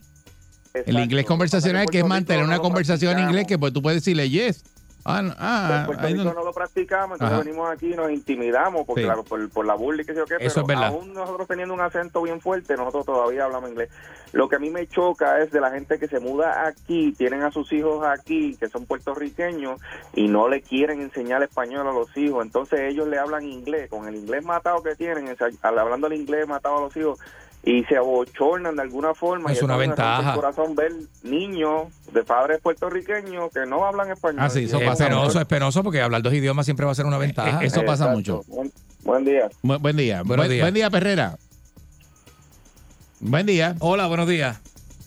El Exacto. inglés conversacional que es mantener una conversación en inglés que pues tú puedes decirle yes. Ah, no, Pues, ah, en Puerto ahí Rico no- no lo practicamos, entonces Ajá. venimos aquí y nos intimidamos porque Sí. la- por, por la burla y qué sé yo qué, Eso pero es verdad. aún nosotros teniendo un acento bien fuerte, nosotros todavía hablamos inglés. Lo que a mí me choca es de la gente que se muda aquí, tienen a sus hijos aquí, que son puertorriqueños, y no le quieren enseñar español a los hijos, entonces ellos le hablan inglés, con el inglés matado que tienen, esa- al- hablando el inglés matado a los hijos, y se abochornan de alguna forma. Es y una eso me rompe ventaja. El corazón ver niños de padres puertorriqueños que no hablan español. Ah, sí, eso Eh, es pasa penoso, es penoso porque hablar dos idiomas siempre va a ser una ventaja. eso pasa Exacto. mucho. Buen, día. Bu- buen día. Buenos buen, días. buen día, Perrera. Buen día. Hola, buenos días.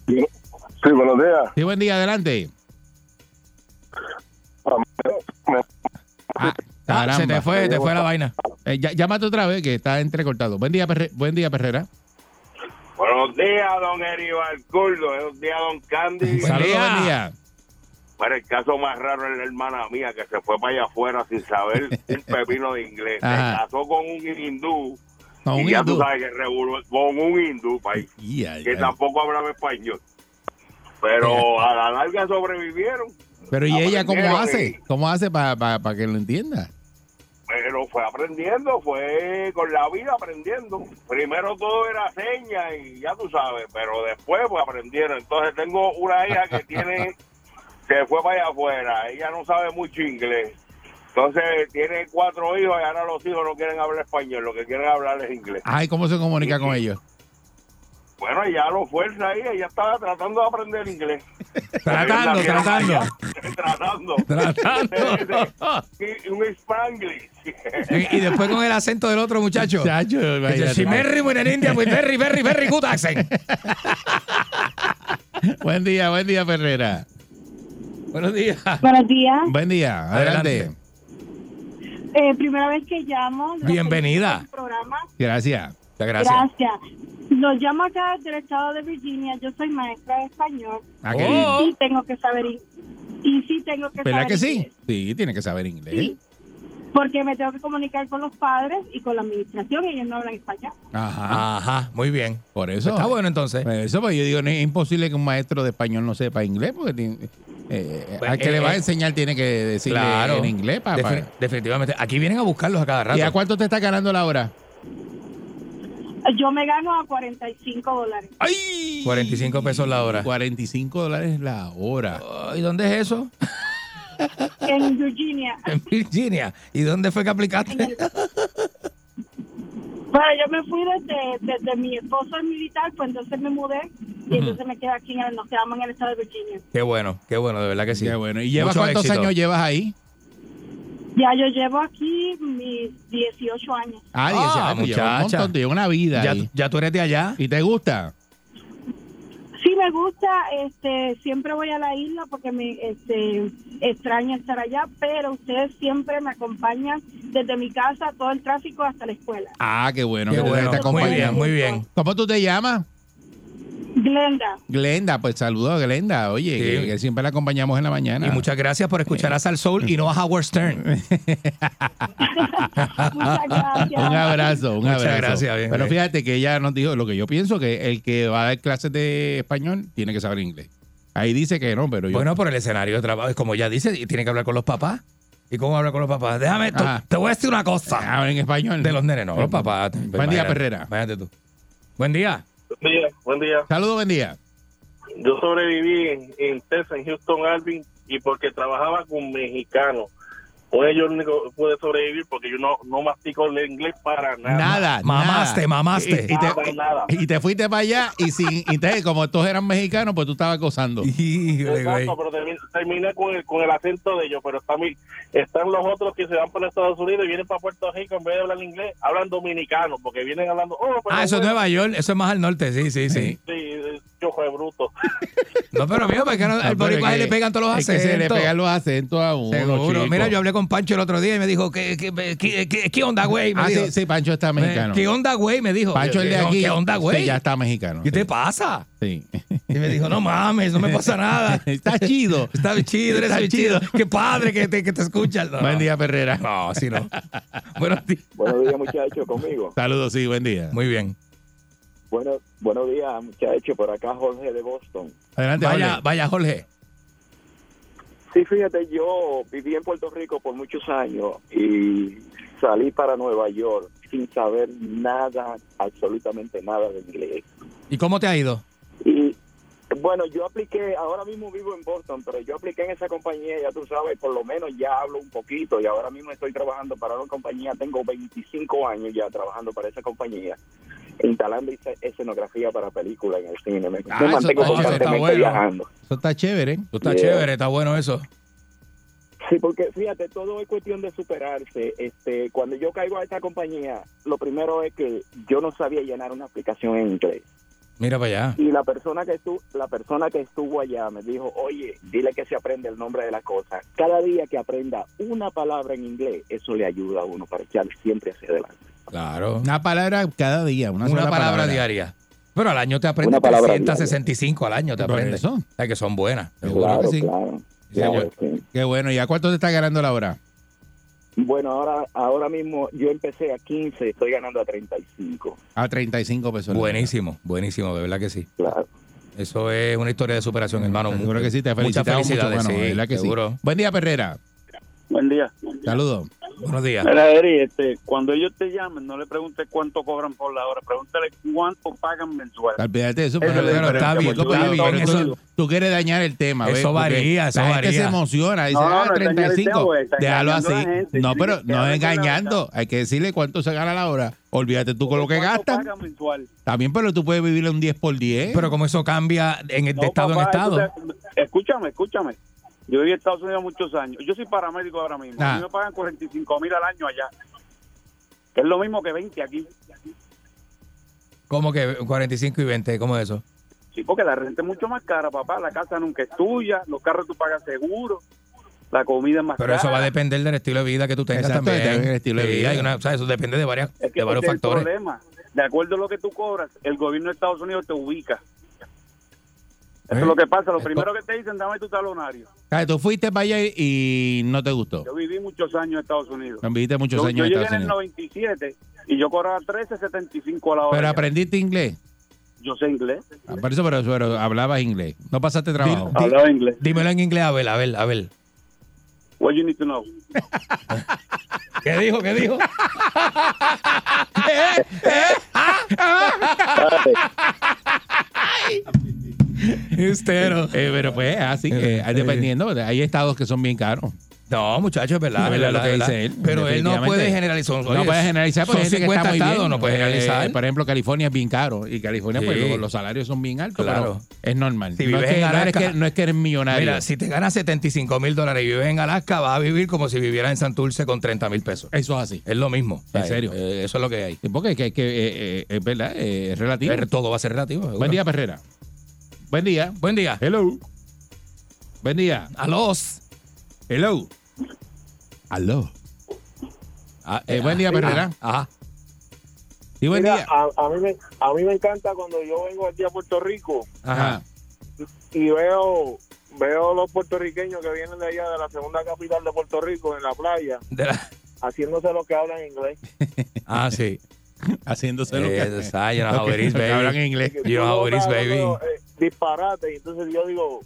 Sí, buenos días. Sí, buen día, adelante. Ah, Caramba. Ah, se te fue, te fue la vaina. Eh, ya- llámate otra vez que está entrecortado. Buen día, Perre- buen día Perrera. Buenos días, don Eribal Curdo. Buenos días, don Candy. Saludos, buen día. Pero el caso más raro es la hermana mía que se fue para allá afuera sin saber un pepino de inglés. Se Ajá. casó con un hindú. No, y un ya hindú. tú sabes que revolú- con un hindú, país, Ya, que ya. tampoco hablaba español. Pero a la larga sobrevivieron. Pero ¿y ella cómo Aprendieron hace? ¿Cómo hace para que lo entienda? Pero fue aprendiendo, fue con la vida aprendiendo. Primero todo era seña y ya tú sabes, pero después pues aprendieron. Entonces tengo una hija que tiene, se fue para allá afuera, ella no sabe mucho inglés. Entonces tiene cuatro hijos y ahora los hijos no quieren hablar español, lo que quieren hablar es inglés. Ay, ¿cómo se comunica con ellos? Bueno, ella lo fuerza ahí, ella estaba tratando de aprender inglés. Tratando, tratando. tratando. Tratando. Y- y Un spanglish. Eh, Y, y después con el acento del otro muchacho. Muchacho, Dice, "Si Merry win in India with very, very, very good accent. buen día, buen día, Perrera. Buenos días. Buenos días. Buen día, adelante. Eh, primera vez que llamo. Gracias Bienvenida. por el Programa. Gracias. Gracias. Nos llamo acá del estado de Virginia. Yo soy maestra de español. Ah, qué Oh, y lindo. sí tengo que saber in- y sí tengo que ¿Verdad saber que sí? inglés, Sí, tiene que saber inglés. Porque me tengo que comunicar con los padres y con la administración y ellos no hablan español. Ajá. Ajá, muy bien. Por eso. Ah, Está bueno ¿eh? entonces. Pues Eso, pues yo digo, no es imposible que un maestro de español no sepa inglés, porque tiene- eh, Pues, al que eh, le va a eh, enseñar tiene que decirle Claro. en inglés. Para, Defi- Definitivamente. Aquí vienen a buscarlos a cada rato. ¿Y a cuánto te está ganando la hora? Yo me gano a 45 dólares. 45 pesos la hora. 45 dólares la hora. ¿Y dónde es eso? En Virginia. En Virginia. ¿Y dónde fue que aplicaste? Bueno, yo me fui desde, desde mi esposo es militar, pues entonces me mudé y entonces me quedé aquí, en el- nos quedamos en el estado de Virginia. Qué bueno, qué bueno, de verdad que sí. Qué bueno. ¿Y llevas cuántos años llevas ahí? Ya yo llevo aquí mis 18 años. Ah, dice, ah, pues lleva un muchacha. montón, te lleva una vida. Ya ahí. tú- ya tú eres de allá. ¿Y te gusta? Sí, me gusta, este, siempre voy a la isla porque me este, extraña estar allá, pero ustedes siempre me acompañan desde mi casa, todo el tráfico hasta la escuela. Ah, qué bueno. Qué que te- bueno, te muy acompañan. bien, muy bien. ¿Cómo tú te llamas? Glenda. Glenda, pues saludos a Glenda. Oye, que, que siempre la acompañamos en la mañana. Y muchas gracias por escuchar a Sal Soul y no a Howard Stern. Un abrazo, un Muchas abrazo. gracias, bien, Pero bien. fíjate que ella nos dijo lo que yo pienso, que el que va a dar clases de español tiene que saber inglés. Ahí dice que no, pero yo... Bueno, por el escenario de trabajo, es como ella dice, y tiene que hablar con los papás. ¿Y cómo habla con los papás? Déjame, tú- Ah. te voy a decir una cosa. Habla en español. De los nenes, no, los papás. Ah, Buen día, Perrera. Imagínate tú. Buen día. Buen día, buen día. Saludos, buen día. Yo sobreviví en, en Texas, en Houston, Alvin, y porque trabajaba con mexicanos. Pues yo único pude sobrevivir porque yo no, no mastico el inglés para nada. Nada. Mamaste, nada. mamaste. Y, y Nada, te, nada. y te fuiste para allá y sin y entonces, como todos eran mexicanos, pues tú estabas gozando. Exacto, pero termi- terminé con el, con el acento de ellos, pero está mi- están los otros que se van para Estados Unidos y vienen para Puerto Rico, en vez de hablar inglés, hablan dominicano, porque vienen hablando... Oh, pero Ah, eso es bueno, Nueva York, eso es más al norte, sí, sí, sí. Sí, eh, yo fue bruto. No, pero mío, porque no- Ah, al pero es boricua ahí que- le pegan todos los es que acentos. se le pegan los acentos a uno, Seguro. chico. Mira, yo hablé con Pancho el otro día y me dijo, ¿qué, qué, qué- qué- qué onda, güey? Me Ah, dijo. sí, sí, Pancho está mexicano. ¿Qué onda, güey? Me dijo. Pancho el de Yo, aquí. ¿Qué onda, sí, güey? ya está mexicano. ¿Qué te pasa? Sí. Y me dijo, no mames, no me pasa nada. Está chido. Está chido, eres Está muy chido. Qué padre que te, que te escuchas. No, Buen no. día, Perrera. No, así no. Buenos días. Buenos días, muchachos, conmigo. Saludos, sí, buen día. Muy bien. Bueno, buenos días, muchachos. Por acá Jorge de Boston. Adelante, vaya, Jorge. Vaya, Jorge. Sí, fíjate, yo viví en Puerto Rico por muchos años y salí para Nueva York sin saber nada, absolutamente nada de inglés. ¿Y cómo te ha ido? Y bueno, yo apliqué, ahora mismo vivo en Boston, pero yo apliqué en esa compañía, ya tú sabes, por lo menos ya hablo un poquito y ahora mismo estoy trabajando para una compañía, tengo 25 años ya trabajando para esa compañía, instalando ese- escenografía para películas en el cine. Me, Ah, me mantengo eso está- eso está constantemente bueno. viajando. Eso está chévere. ¿eh? Tú estás Yeah. chévere, está bueno eso. Sí, porque fíjate, todo es cuestión de superarse. Este, cuando yo caigo a esta compañía, lo primero es que yo no sabía llenar una aplicación en inglés. Mira para allá. Y la persona que estuvo, la persona que estuvo allá me dijo, oye, dile que se aprende el nombre de la cosa. Cada día que aprenda una palabra en inglés, eso le ayuda a uno para echar siempre hacia adelante. Claro. Una palabra cada día. Una, Una sola palabra diaria. Pero al año te aprendes Una palabra 365 al año te Por aprendes. eso. O sea, que son buenas. Seguro que sí. Sí, señor. Qué bueno. ¿Y a cuánto te está ganando la hora? Bueno, ahora, ahora mismo yo empecé a 15, estoy ganando a 35. A 35 pesos. Buenísimo, buenísimo, de verdad que sí. Claro. Eso es una historia de superación, hermano. Seguro que sí, te Muchas felicitamos mucho, felicidades, mano, sí, de verdad que sí. seguro. Buen día, Perrera. Buen día. Saludos. Buenos días. Mira, Eri, este, cuando ellos te llamen, no le preguntes cuánto cobran por la hora, pregúntale cuánto pagan mensual. Olvídate de eso, Esa pero, es la pero está bien, diferencia, porque está yo bien, estaba pero en tú, Unidos. tú quieres dañar el tema. Eso ¿ves? Porque varía, eso la gente varía. se emociona, dice, No, no, ah, está engañando, 35, güey, está déjalo engañando así. a la gente, no, sí, pero que no hablen es con la engañando, hay que decirle cuánto se gana la hora. Olvídate tú con lo que ¿Cuánto gastan. pagan mensual? También, pero tú puedes vivir un 10 por 10. Pero como eso cambia en, de estado en Papá, estado. escucha- escúchame, escúchame. Yo viví en Estados Unidos muchos años. Yo soy paramédico ahora mismo. Ah. A mí me pagan 45 mil al año allá. Que es lo mismo que 20 aquí. ¿Cómo que 45 y 20? ¿Cómo es eso? Sí, porque la renta es mucho más cara, papá. La casa nunca es tuya. Los carros tú pagas seguro. La comida es más Pero cara. eso va a depender del estilo de vida que tú tengas Exacto, también. depende del estilo de Sí, vida. hay una- o sea, eso depende de, varias, Es que de varios ese es el factores. problema. De acuerdo a lo que tú cobras, el gobierno de Estados Unidos te ubica. Eso Eh, es lo que pasa. Lo primero que te dicen, dame tu talonario. Ah, Tú fuiste para allá y y no te gustó. Yo viví muchos años en Estados Unidos. Viviste muchos yo, años yo en llegué Estados en el 97 y yo cobraba 13.75 a la hora. Pero ya. aprendiste inglés. Yo sé inglés. Ah, Por eso, pero, pero hablabas inglés. No pasaste trabajo. Hablaba inglés. Dímelo en inglés, a ver, a ver, a ver. What you need to know. ¿Qué dijo? ¿Qué dijo? Eh, pero pues así, que dependiendo, hay estados que son bien caros. Eh, No, muchachos, es verdad. Es es verdad lo que es dice él, Pero él no definitivamente. puede generalizar. no Oye, puede generalizar porque son hay gente que 50 está muy estados, bien. no puede Eh, generalizar. por ejemplo, California es bien caro y California pues, Sí. los, los salarios son bien altos, Claro. pero es normal. Si no, vives es que, en no eres Alaska- que- no es que eres millonario. Mira, si te ganas 75 mil dólares y vives en Alaska, vas a vivir como si vivieras en Santurce con 30 mil pesos. Eso es así. Es lo mismo. En O sea, serio. eh, eso es lo que hay. Porque es, que, que, eh, eh, es verdad, eh, es relativo. Pero todo va a ser relativo. seguro. Buen día, Perrera. Buen día. Buen día. Hello. Buen día. Alós. Hello. Aló. eh, buen día, ah, Perrera. Ajá. Sí, buen Mira, día. A, a mí me, a mí me encanta cuando yo vengo aquí a Puerto Rico Ajá. y veo veo los puertorriqueños que vienen de allá de la segunda capital de Puerto Rico en la playa De la- haciéndose los que hablan inglés. Ah, sí. Haciéndose lo Eh, que, ah, you know lo how que- it is, lo que baby. hablan en inglés. You know how it is, Estaba baby. hablando, eh, disparate y entonces yo digo,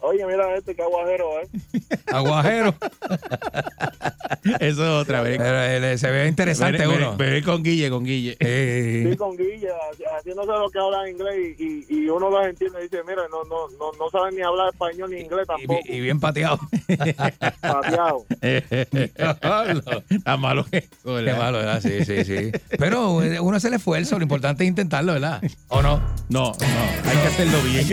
"Oye, mira este que aguajero, ¿eh?" Aguajero. Eso es otra vez. Pero, eh, se ve interesante Bebé- uno. bebé- bebé con Guille, con Guille. Sí, con Guilla, haciéndose los que hablan inglés y, y, y uno los entiende y dice, "Mira, no no no no saben ni hablar español ni inglés tampoco." Y bien pateado. Pateado. Está malo que eso, ¿verdad? Qué malo, ¿verdad? Sí, sí, sí. Pero eh, uno hace el esfuerzo, lo importante es intentarlo, ¿verdad? ¿O no? No, no. Hay que hacerlo bien.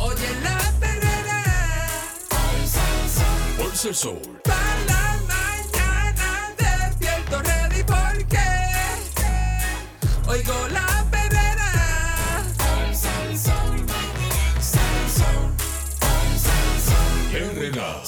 Oye la Por ser sol. Para la mañana despierto ready porque oigo la perrera. Herrera.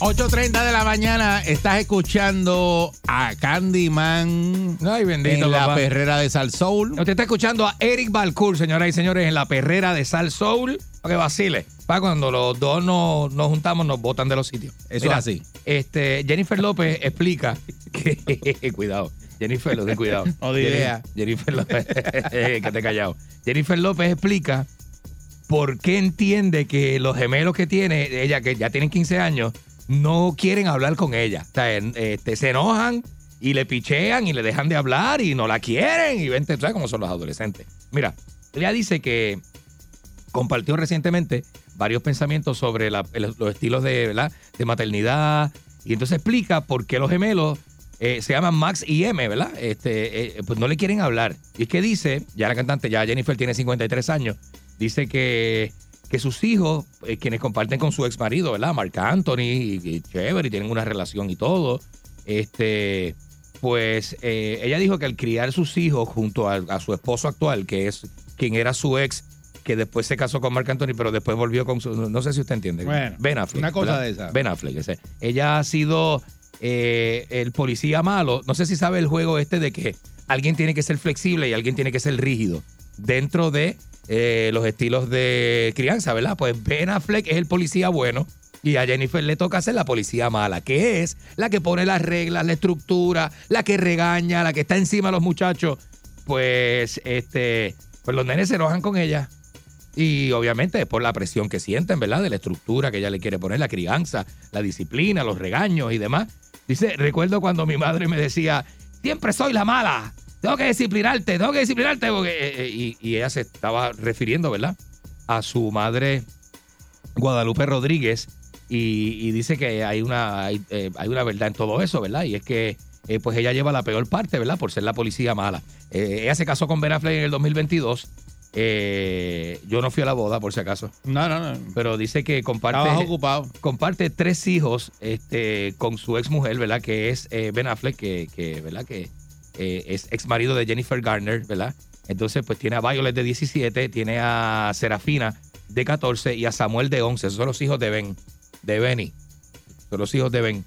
8.30 de la mañana, estás escuchando a Candyman Ay, bendito, en la papá. perrera de Sal Soul. Usted está escuchando a Eric Balcour, señoras y señores, en la perrera de Sal Soul. Para que vacile. Para cuando los dos nos, nos juntamos, nos botan de los sitios. Eso es así. Este, Jennifer López explica que. cuidado. Jennifer López, cuidado. No di Jenny- idea. Jennifer López. que te he callado. Jennifer López explica por qué entiende que los gemelos que tiene, ella que ya tienen 15 años, no quieren hablar con ella. O sea, en- este, se enojan y le pichean y le dejan de hablar y no la quieren y vente, tú ¿sabes cómo son los adolescentes? Mira, ella dice que compartió recientemente varios pensamientos sobre la- el- los estilos de, ¿verdad? de maternidad y entonces explica por qué los gemelos eh, se llaman Max y M, ¿verdad? Este, eh, pues no le quieren hablar. Y es que dice, ya la cantante, ya Jennifer tiene 53 años, dice que, que sus hijos, eh, quienes comparten con su ex marido, ¿verdad? Marc Anthony y, y chévere, y tienen una relación y todo, este, pues eh, ella dijo que al criar sus hijos junto a, a su esposo actual, que es quien era su ex, que después se casó con Marc Anthony, pero después volvió con su. No sé si usted entiende. Bueno, Ben Affleck, una cosa ¿verdad? de esa. Ben Affleck. o sea, ella ha sido eh, el policía malo. No sé si sabe el juego este de que alguien tiene que ser flexible y alguien tiene que ser rígido dentro de eh, los estilos de crianza, ¿verdad? Pues Ben Affleck es el policía bueno y a Jennifer le toca ser la policía mala, que es la que pone las reglas, la estructura, la que regaña, la que está encima de los muchachos. Pues, este, pues los nenes se enojan con ella. Y obviamente es por la presión que sienten, ¿verdad? De la estructura que ella le quiere poner, la crianza, la disciplina, los regaños y demás. Dice, recuerdo cuando mi madre me decía, siempre soy la mala, tengo que disciplinarte, tengo que disciplinarte. porque, eh, eh", y, y ella se estaba refiriendo, ¿verdad? A su madre Guadalupe Rodríguez y, y dice que hay una, hay, eh, hay una verdad en todo eso, ¿verdad? Y es que eh, pues ella lleva la peor parte, ¿verdad? Por ser la policía mala. Eh, ella se casó con Ben Affleck en el 2022. Eh, yo no fui a la boda, por si acaso. No, no, no. Pero dice que comparte, Estabas ocupado. comparte tres hijos este, con su ex mujer, ¿verdad? Que es eh, Ben Affleck, que, que, ¿verdad? Que eh, es ex marido de Jennifer Garner, ¿verdad? Entonces, pues tiene a Violet de 17, tiene a Serafina de 14 y a Samuel de 11. Esos son los hijos de Ben, de Benny. Son los hijos de Ben.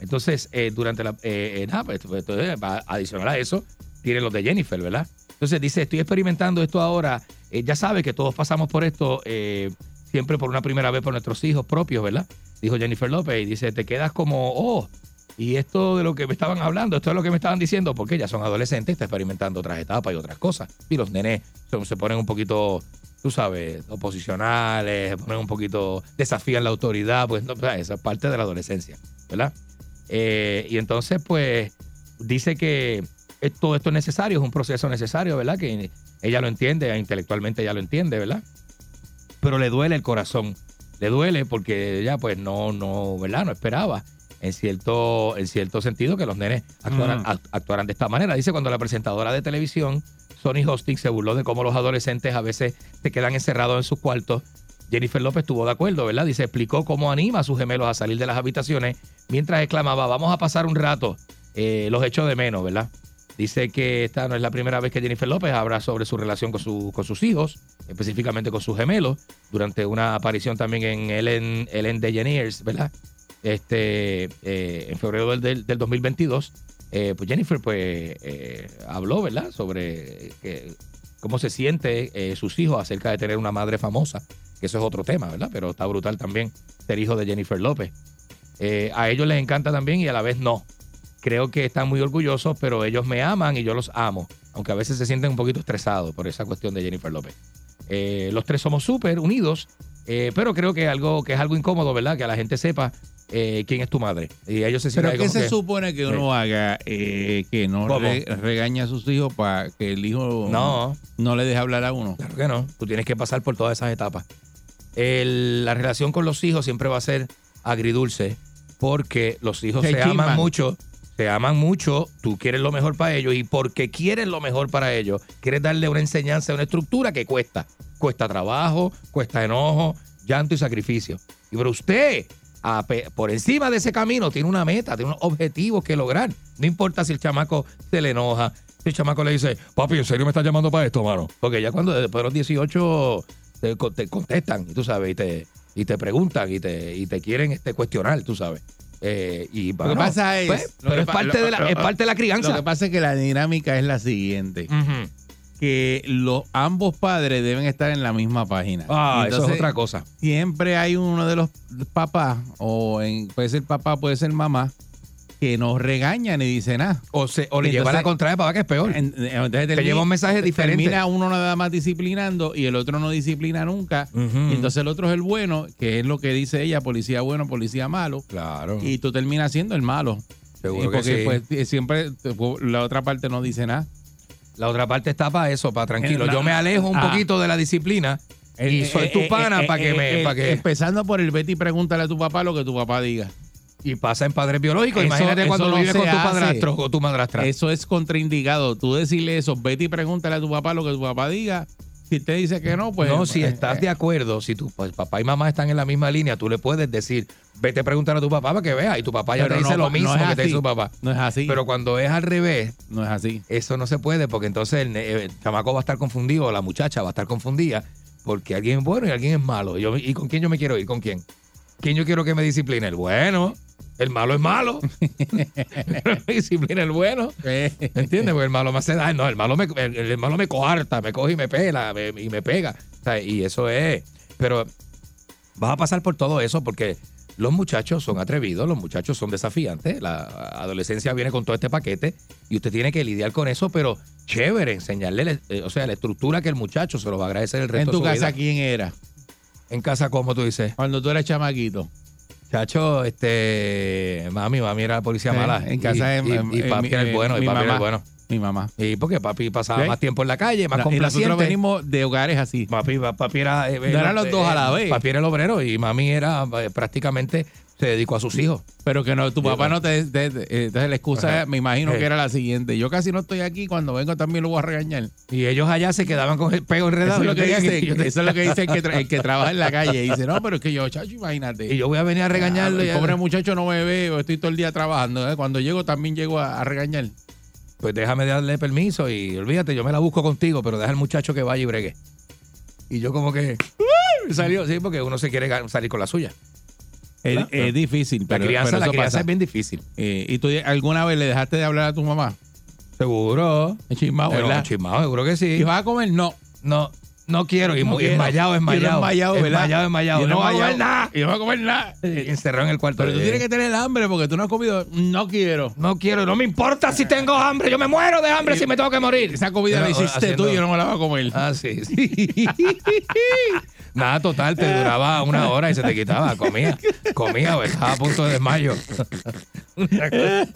Entonces, eh, durante la. eh, eh, nada, pues, pues, entonces, va- adicional a eso, tiene los de Jennifer, ¿verdad? Entonces dice: Estoy experimentando esto ahora. Eh, ya sabe que todos pasamos por esto eh, siempre por una primera vez por nuestros hijos propios, ¿verdad? Dijo Jennifer López y dice: Te quedas como, oh, y esto de lo que me estaban hablando, esto es lo que me estaban diciendo, porque ya son adolescentes, está experimentando otras etapas y otras cosas. Y los nenes son- se ponen un poquito, tú sabes, oposicionales, se ponen un poquito, desafían la autoridad, pues no, o sea, esa es parte de la adolescencia, ¿verdad? Eh, y entonces, pues, dice que eh, todo esto es necesario, es un proceso necesario, ¿verdad? Que ella lo entiende, intelectualmente ella lo entiende, ¿verdad? pero le duele el corazón. Le duele porque ella pues no, no, ¿verdad? No esperaba en cierto, en cierto sentido que los nenes actuaran, Mm. act- actuaran de esta manera. Dice cuando la presentadora de televisión, Sony Hosting, se burló de cómo los adolescentes a veces se quedan encerrados en sus cuartos Jennifer López estuvo de acuerdo, ¿verdad? Dice, explicó cómo anima a sus gemelos a salir de las habitaciones mientras exclamaba, vamos a pasar un rato, eh, los echo de menos, ¿verdad? Dice que esta no es la primera vez que Jennifer López habla sobre su relación con, su- con sus hijos, específicamente con sus gemelos, durante una aparición también en Ellen, Ellen DeGeneres, ¿verdad? Este, eh, en febrero del- del, del 2022, eh, pues Jennifer pues, eh, habló, ¿verdad? Sobre que cómo se siente eh, sus hijos acerca de tener una madre famosa, que eso es otro tema, ¿verdad? Pero está brutal también ser hijo de Jennifer López. Eh, a ellos les encanta también y a la vez no. Creo que están muy orgullosos, pero ellos me aman y yo los amo, aunque a veces se sienten un poquito estresados por esa cuestión de Jennifer López. Eh, los tres somos súper unidos, eh, pero creo que, algo, que es algo incómodo, ¿verdad? Que la gente sepa eh, quién es tu madre. Y ellos se Pero sienten ahí ¿qué como se que- supone que uno haga eh, que no ¿Cómo? re- regaña a sus hijos para que el hijo No. no le deje hablar a uno? Claro que no. Tú tienes que pasar por todas esas etapas. El- la relación con los hijos siempre va a ser agridulce porque los hijos Se se, aman chisman. mucho, se aman mucho, tú quieres lo mejor para ellos y porque quieres lo mejor para ellos, quieres darle una enseñanza, una estructura que cuesta. Cuesta trabajo, cuesta enojo, llanto y sacrificio. Y pero usted, a pe- por encima de ese camino, tiene una meta, tiene unos objetivos que lograr. No importa si el chamaco se le enoja, si el chamaco le dice, papi, ¿en serio me estás llamando para esto, mano? Porque ya cuando después de los 18 te, co- te contestan, y tú sabes, y te, y te preguntan y te, y te quieren este, cuestionar, tú sabes. Eh, y Lo que bueno, pasa es. pues, lo pero que es pa- parte, lo- de la, es parte de la crianza. Lo que pasa es que la dinámica es la siguiente: Ujú. que los ambos padres deben estar en la misma página. Ah, eso Entonces, es otra cosa. Siempre hay uno de los papás, o en- puede ser papá, puede ser mamá, que nos regaña ni dice nada. eh, O, le lleva la contraria para que es peor. Entonces Te lleva un mensaje diferente. Mira, uno nada más disciplinando y el otro no disciplina nunca. Ujú. Y entonces el otro es el bueno, que es lo que dice ella, policía bueno, policía malo. Claro. Y tú terminas siendo el malo. Mm. Seguro Y que porque sí. pues, eh, siempre eh, pues, la otra parte no dice nada. La otra parte está para eso, para tranquilo. En la- Yo me alejo un Ah. poquito de la disciplina y Eh, soy eh, tu eh, pana eh, para que eh, me. eh, pa' que- Empezando por el Betty, pregúntale a tu papá lo que tu papá diga. y pasa en padres biológicos. Eso- Imagínate eso cuando no vives se con tu hace. padrastro o tu madrastra. Eso es contraindicado. Tú decirle eso, Betty, pregúntale a tu papá lo que tu papá diga. Si te dice que no, pues. no, si eh, estás de acuerdo, si tu pa- papá y mamá están en la misma línea, tú le puedes decir, vete a preguntar a tu papá para que vea. Y tu papá ya Pero te dice no, lo no mismo es que te así. dice tu papá. No es así. Pero cuando es al revés, no es así. eso no se puede porque entonces el, ne- eh, el chamaco va a estar confundido, o la muchacha va a estar confundida porque alguien es bueno y alguien es malo. Yo, ¿Y con quién yo me quiero ir? ¿Con quién? ¿Quién yo quiero que me discipline? El bueno. El malo es malo. me disciplina el bueno. ¿Entiendes? Porque el malo me hace daño. No, el malo me, el, el malo me coarta, me coge y me pela me- y me pega. O sea, y eso es. Pero vas a pasar por todo eso porque los muchachos son atrevidos, los muchachos son desafiantes, la adolescencia viene con todo este paquete y usted tiene que lidiar con eso, pero chévere, enseñarle, la- eh, o sea, la estructura que el muchacho se lo va a agradecer el ¿En resto tu de su casa vida. quién era? En casa, ¿cómo tú dices? Cuando tú eras chamaquito. Chacho, este, mami, mami era la policía Sí, mala. Eh, en casa y, es- y- y eh, papi mi- era el eh, bueno, y mi papi era el mamá. bueno. Mi mamá. Y porque papi pasaba ¿Sí? más tiempo en la calle, más No, y complaciente. nosotros venimos de hogares así. Papi, pa- papi era. eh, No eran los eh, dos a la eh, vez. Papi era el obrero y mami era eh, prácticamente se dedicó a sus hijos. Pero que no, tu papá no te, te- te- Entonces la excusa, Ajá. Eh. me imagino Sí. que era la siguiente. Yo casi no estoy aquí, cuando vengo también lo voy a regañar. Y ellos allá se quedaban con el pego Eso enredado. es lo que Yo tenía dice, yo te- eso es lo que dice el, que tra- el que trabaja en la calle. Y Dice, no, pero es que yo, chacho, imagínate. Y yo voy a venir a regañarlo. Ah, y- el pobre muchacho no me veo, estoy todo el día trabajando. ¿eh? Cuando llego también llego a, a regañar. Pues déjame darle permiso y olvídate, yo me la busco contigo, pero deja al muchacho que vaya y bregue. Y yo como que ¡uy! salió, sí, porque uno se quiere ga- salir con la suya. Es, Claro. es difícil, pero, la crianza, pero la eso crianza pasa. es bien difícil. Eh, ¿Y tú alguna vez le dejaste de hablar a tu mamá? Oh. Seguro. Chismado, Pero Ah, ¿verdad? chismado, seguro que sí. ¿Y vas a comer? No. No, no quiero. Y No muy- quiero. Esmayado, Y uno esmayado. esmayado, ¿verdad? Esmayado, esmayado. Y uno No voy a comer esmayado. nada. Y no voy a comer nada. Y Encerrado en el cuarto. Pero tú Eh, tienes que tener hambre porque tú no has comido. No quiero. No quiero. No me importa si tengo hambre. Yo me muero de hambre si me tengo que morir. Esa comida la hiciste tú y yo no me la voy a comer. Ah, sí, sí. Nada, total, te duraba una hora y se te quitaba. Comía, comía, o estaba a punto de desmayo. una, cosa,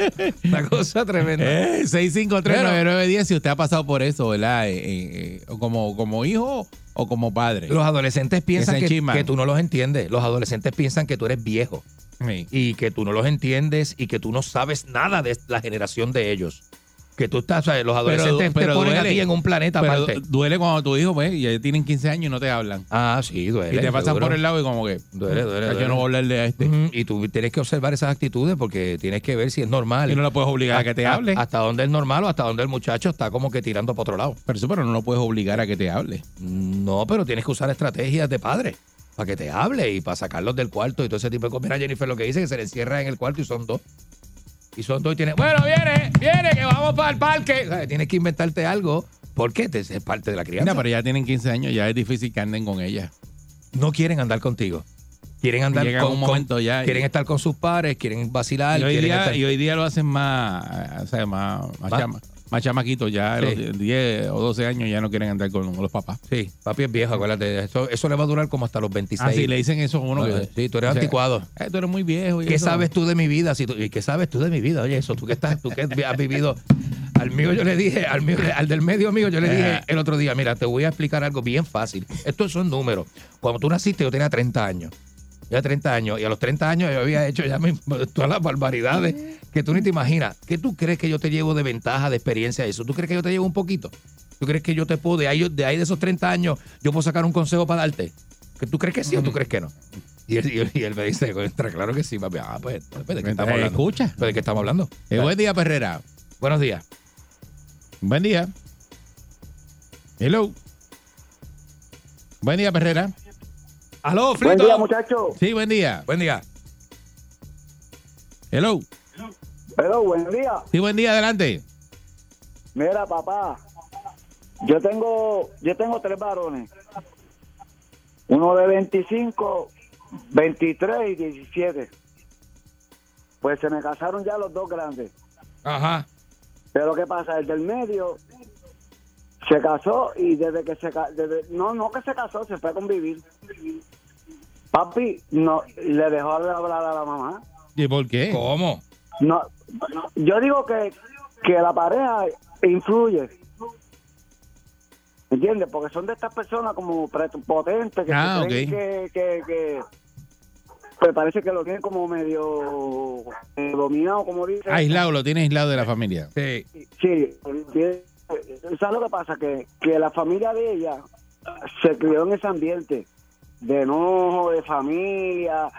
una cosa tremenda. Eh, 6539910 si usted ha pasado por eso, ¿verdad? Eh, eh, eh, o como, como hijo o como padre. Los adolescentes piensan Ese que, chisma. que tú no los entiendes. Los adolescentes piensan que tú eres viejo Sí. y que tú no los entiendes y que tú no sabes nada de la generación de ellos. que tú estás, ¿sabes? los adolescentes te ponen a ti en un planeta pero aparte. du- Duele cuando tu hijo, pues, ya tienen 15 años y no te hablan. Ah, sí, duele. Y te pasan seguro. por el lado y como que. Duele, duele, "Ah, duele. Yo no voy a hablarle a este. Ujú, Y tú tienes que observar esas actitudes porque tienes que ver si es normal. Y no lo puedes obligar a que te hable. Hasta dónde es normal o hasta dónde el muchacho está como que tirando para otro lado. Pero eso, pero no lo puedes obligar a que te hable. No, pero tienes que usar estrategias de padre para que te hable y para sacarlos del cuarto y todo ese tipo de cosas. Mira, Jennifer, lo que dice es que se le encierra en el cuarto y son dos. Y son dos y tiene, bueno, viene, viene, que vamos para el parque. O sea, tienes que inventarte algo porque te, es parte de la crianza. Mira, pero ya tienen 15 años, ya es difícil que anden con ella. No quieren andar contigo. Quieren andar Llega con, un con- momento ya y- Quieren estar con sus padres, quieren vacilar. y, hoy quieren día, estar- y hoy día lo hacen más, eh, o sea, más, más, Más- chama- más chamaquitos, ya a Sí. los 10 o 12 años ya no quieren andar con los papás. Sí, papi es viejo, acuérdate. Eso, eso le va a durar como hasta los 26. Ah, sí, le dicen eso a uno Ah, que- Sí, tú eres o sea, anticuado. Eh, tú eres muy viejo. y ¿Qué eso- sabes tú de mi vida? Si tú- ¿Y qué sabes tú de mi vida? Oye, eso, tú que estás, tú que has vivido. Al mío yo le dije, al, mío, al del medio mío yo le dije el otro día, mira, te voy a explicar algo bien fácil. Estos son números. Cuando tú naciste yo tenía 30 años. Yo tenía 30 años y a los 30 años yo había hecho ya mis- todas las barbaridades que tú ni te imaginas. ¿Qué tú crees que yo te llevo de ventaja, de experiencia a eso? ¿Tú crees que yo te llevo un poquito? ¿Tú crees que yo te puedo, de ahí, de ahí de esos 30 años, yo puedo sacar un consejo para darte? ¿Que ¿Tú crees que sí o tú crees que no? Y él, y él- y él me dice, "Contra, claro que sí, papi. Ah, pues, pues, ¿de qué estamos Eh, hablando? escucha. Pues, ¿De qué estamos hablando? Eh, buen día, Perrera. Buenos días. Buen día. Hello. Buen día, Perrera. Aló, Flito. Buen día, muchachos. Sí, buen día. Buen día. Hello. Pero buen día. Sí, buen día, adelante. Mira, papá. Yo tengo yo tengo tres varones. Uno de 25, 23 y 17. Pues se me casaron ya los dos grandes. Ajá. Pero ¿qué pasa? El del medio se casó y desde que se ca- desde, no no que se casó, se fue a convivir. Papi no le dejó hablar a la mamá. ¿Y por qué? ¿Cómo? No, yo digo que, que la pareja influye. ¿Entiendes? Porque son de estas personas como prepotentes que, se Ah, creen ok. que, que, que- pues parece que lo tienen como medio eh, dominado, como dicen. Aislado, lo tiene aislado de la familia. Sí. Sí, tiene- ¿sabes lo que pasa? Que, que la familia de ella se crió en ese ambiente de enojo, de familia,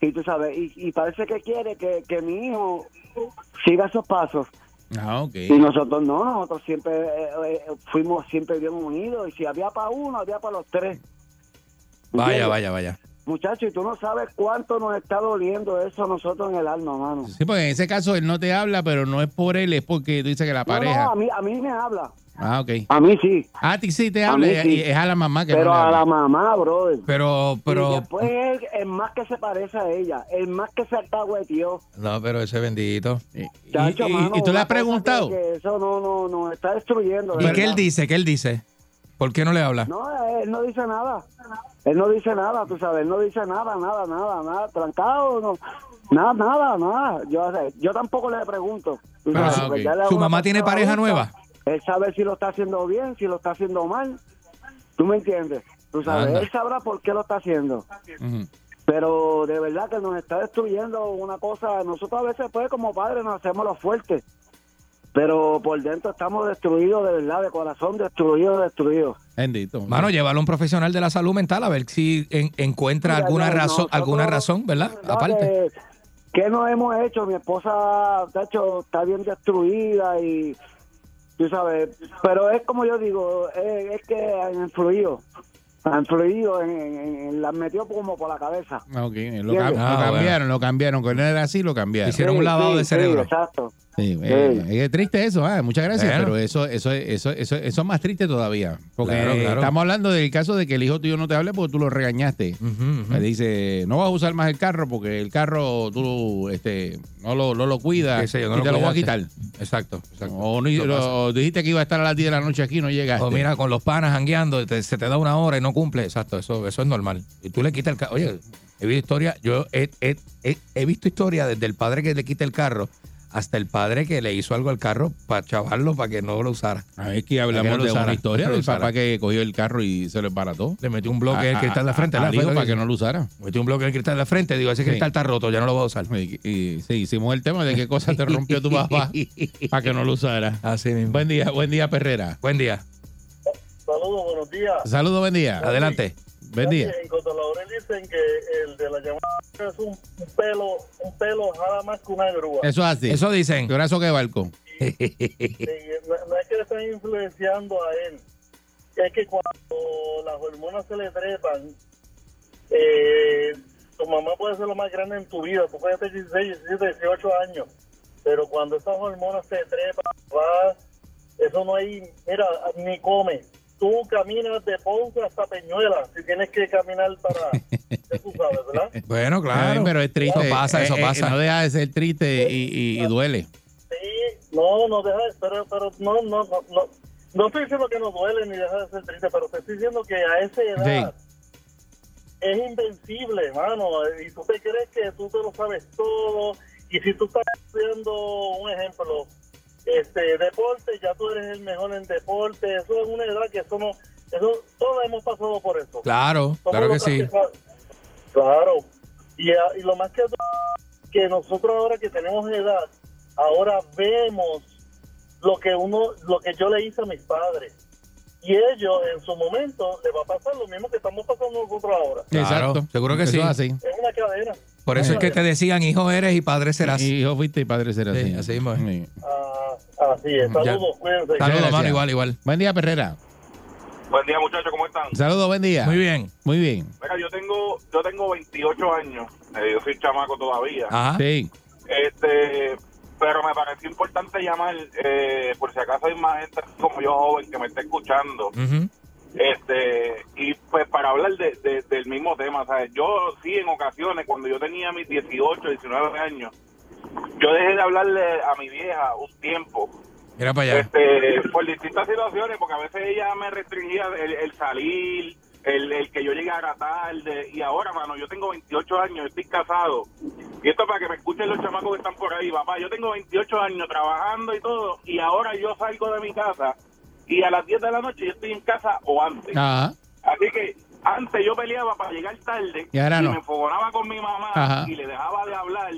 y tú sabes, y, y parece que quiere que, que mi hijo siga esos pasos. Ah, ok. Y nosotros no, nosotros siempre eh, eh, fuimos siempre bien unidos, y si había para uno, había para los tres. Vaya, vaya, vaya. Muchachos, y tú no sabes cuánto nos está doliendo eso a nosotros en el alma, mano. Sí, porque en ese caso él no te habla, pero no es por él, es porque tú dices que la No, pareja. no, a mí, a mí me habla. Ah, ok. A mí sí. Ah, a ti sí te A habla, mí y- sí. y es a la mamá que Pero no le a habla. la mamá, brother. Pero, Y pero, después él es más que se parece a ella, es más que se atagüeteó. no, pero ese bendito. ¿Y, Chacho, mano, y tú le una has cosa preguntado? que- que eso no, no, no, está destruyendo. de qué verdad. él dice? ¿Qué él dice? ¿Por qué no le habla? No, él no dice nada. Él no dice nada, tú sabes, él no dice nada, nada, nada, nada, trancado, no, nada, nada, nada. Yo, o sea, yo tampoco le pregunto. tú Ah, sabes, ok. porque pues ya le hago ¿Su una mamá tiene persona pareja adulta, nueva? Él sabe si lo está haciendo bien, si lo está haciendo mal. ¿Tú me entiendes? Tú sabes, Anda. él sabrá por qué lo está haciendo. Pero de verdad que nos está destruyendo una cosa. Nosotros a veces, pues, como padres, nos hacemos los fuertes. Pero por dentro estamos destruidos, de verdad, de corazón, destruidos, destruidos. Bendito. Mano, llévalo a un profesional de la salud mental a ver si en- encuentra Mira, alguna no, razón, nosotros- alguna razón, ¿verdad? ¿Sabes? Aparte. ¿Qué nos hemos hecho? Mi esposa, de hecho, está bien destruida y. Tú sabes, pero es como yo digo, es, es que han influido. Han influido, en, en- en- las metió como por la cabeza. Ah, ok, Lo, Sí, cam- sí. lo Ah, bueno. cambiaron, lo cambiaron. Con él era así, lo cambiaron. Hicieron un lavado de cerebro. Exacto. Sí, eh, es triste eso, ah, muchas gracias, Bueno. pero eso, eso, eso, eso, eso es más triste todavía. Porque Claro, eh, claro. estamos hablando del caso de que el hijo tuyo no te hable porque tú lo regañaste. Le dice, no vas a usar más el carro porque el carro tú este, no, lo, no lo cuidas Qué sé yo, no y lo te lo voy a cuidaste. quitar. Exacto, exacto. O, no- Eso pasa. o dijiste que iba a estar a las 10 de la noche aquí y no llegaste. O mira, con los panas jangueando, te- se te da una hora y no cumple. Exacto, eso, eso es normal. Y tú le quitas el carro. Oye, he visto historia, yo he, he- he- he visto historia desde el padre que le quita el carro hasta el padre que le hizo algo al carro para chavarlo para que no lo usara. Ah, es que Para que no hablamos lo de usara. una historia No lo del usara. papá que cogió el carro y se lo embarató. Le metió un bloque en el cristal de la frente, a- ¿la? al Fue hijo lo que para que hizo. no lo usara. Metí un bloque en el cristal de la frente, digo, ese Sí. cristal está roto, ya no lo voy a usar. Y, y- sí, hicimos el tema de qué cosa te rompió tu papá para que no lo usara. Así mismo. Buen día, buen día, Perrera. Buen día. Saludos, buenos días. Saludos, buen día. Adelante. Buen día. En Costa Laurel dicen que el de la llamada es un pelo, un pelo nada más que una grúa. Eso es así. Eso dicen. ¿Qué brazo que balcón? Sí, no, no es que le están influenciando a él, es que cuando las hormonas se le trepan, eh, tu mamá puede ser lo más grande en tu vida, tú puedes tener 16, 17, 18 años, pero cuando esas hormonas se trepan, va, eso no hay, mira, ni come. Tú caminas de Ponce hasta Peñuela, si tienes que caminar para, ya tú sabes, ¿verdad? Bueno, claro. pero es triste. Eh, Eso pasa, eso pasa. no deja de ser triste y, y- y duele. No, no deja, de- pero, pero no, no, no, no, no estoy diciendo que no duele ni deja de ser triste, pero te estoy diciendo que a esa edad es invencible, mano, y tú te crees que tú te lo sabes todo, y si tú estás haciendo un ejemplo, este deporte, ya tú eres el mejor en deporte, eso es una edad que somos, eso, todos hemos pasado por eso. Claro, Somos claro que los sí. Claro, y, a- y lo más que que nosotros ahora que tenemos edad, ahora vemos lo que uno, lo que yo le hice a mis padres. Y ellos en su momento le va a pasar lo mismo que estamos pasando nosotros ahora. Claro, seguro que Eso sí. es así. Es una cadena. Por eso es que te decían, hijo eres y padre serás. Hijo fuiste y padre serás. Sí, así mismo es. Ah, Así es. Saludos, cuídense. Saludos, Gracias. mano, igual, igual. Buen día, Perrera. Buen día, muchachos, ¿cómo están? Saludos, buen día. Muy bien. Muy bien. Mira, yo tengo, yo tengo 28 años, eh, yo soy chamaco todavía. Ah. Sí. Este, pero me pareció importante llamar, eh, por si acaso hay más gente como yo joven que me está escuchando. Mm. Este, y pues para hablar de, de- del mismo tema, ¿sabes? Yo sí, en ocasiones, cuando yo tenía mis 18, 19 años, yo dejé de hablarle a mi vieja un tiempo, Mira para allá. este, por distintas situaciones, porque a veces ella me restringía el, el salir, el, el que yo llegara tarde, y ahora, mano, yo tengo 28 años, estoy casado, y esto es para que me escuchen los chamacos que están por ahí, papá, yo tengo 28 años trabajando y todo, y ahora yo salgo de mi casa, y a las 10 de la noche yo estoy en casa o antes. Ajá. Así que antes yo peleaba para llegar tarde Y ahora no. me enfogonaba con mi mamá Ajá. y le dejaba de hablar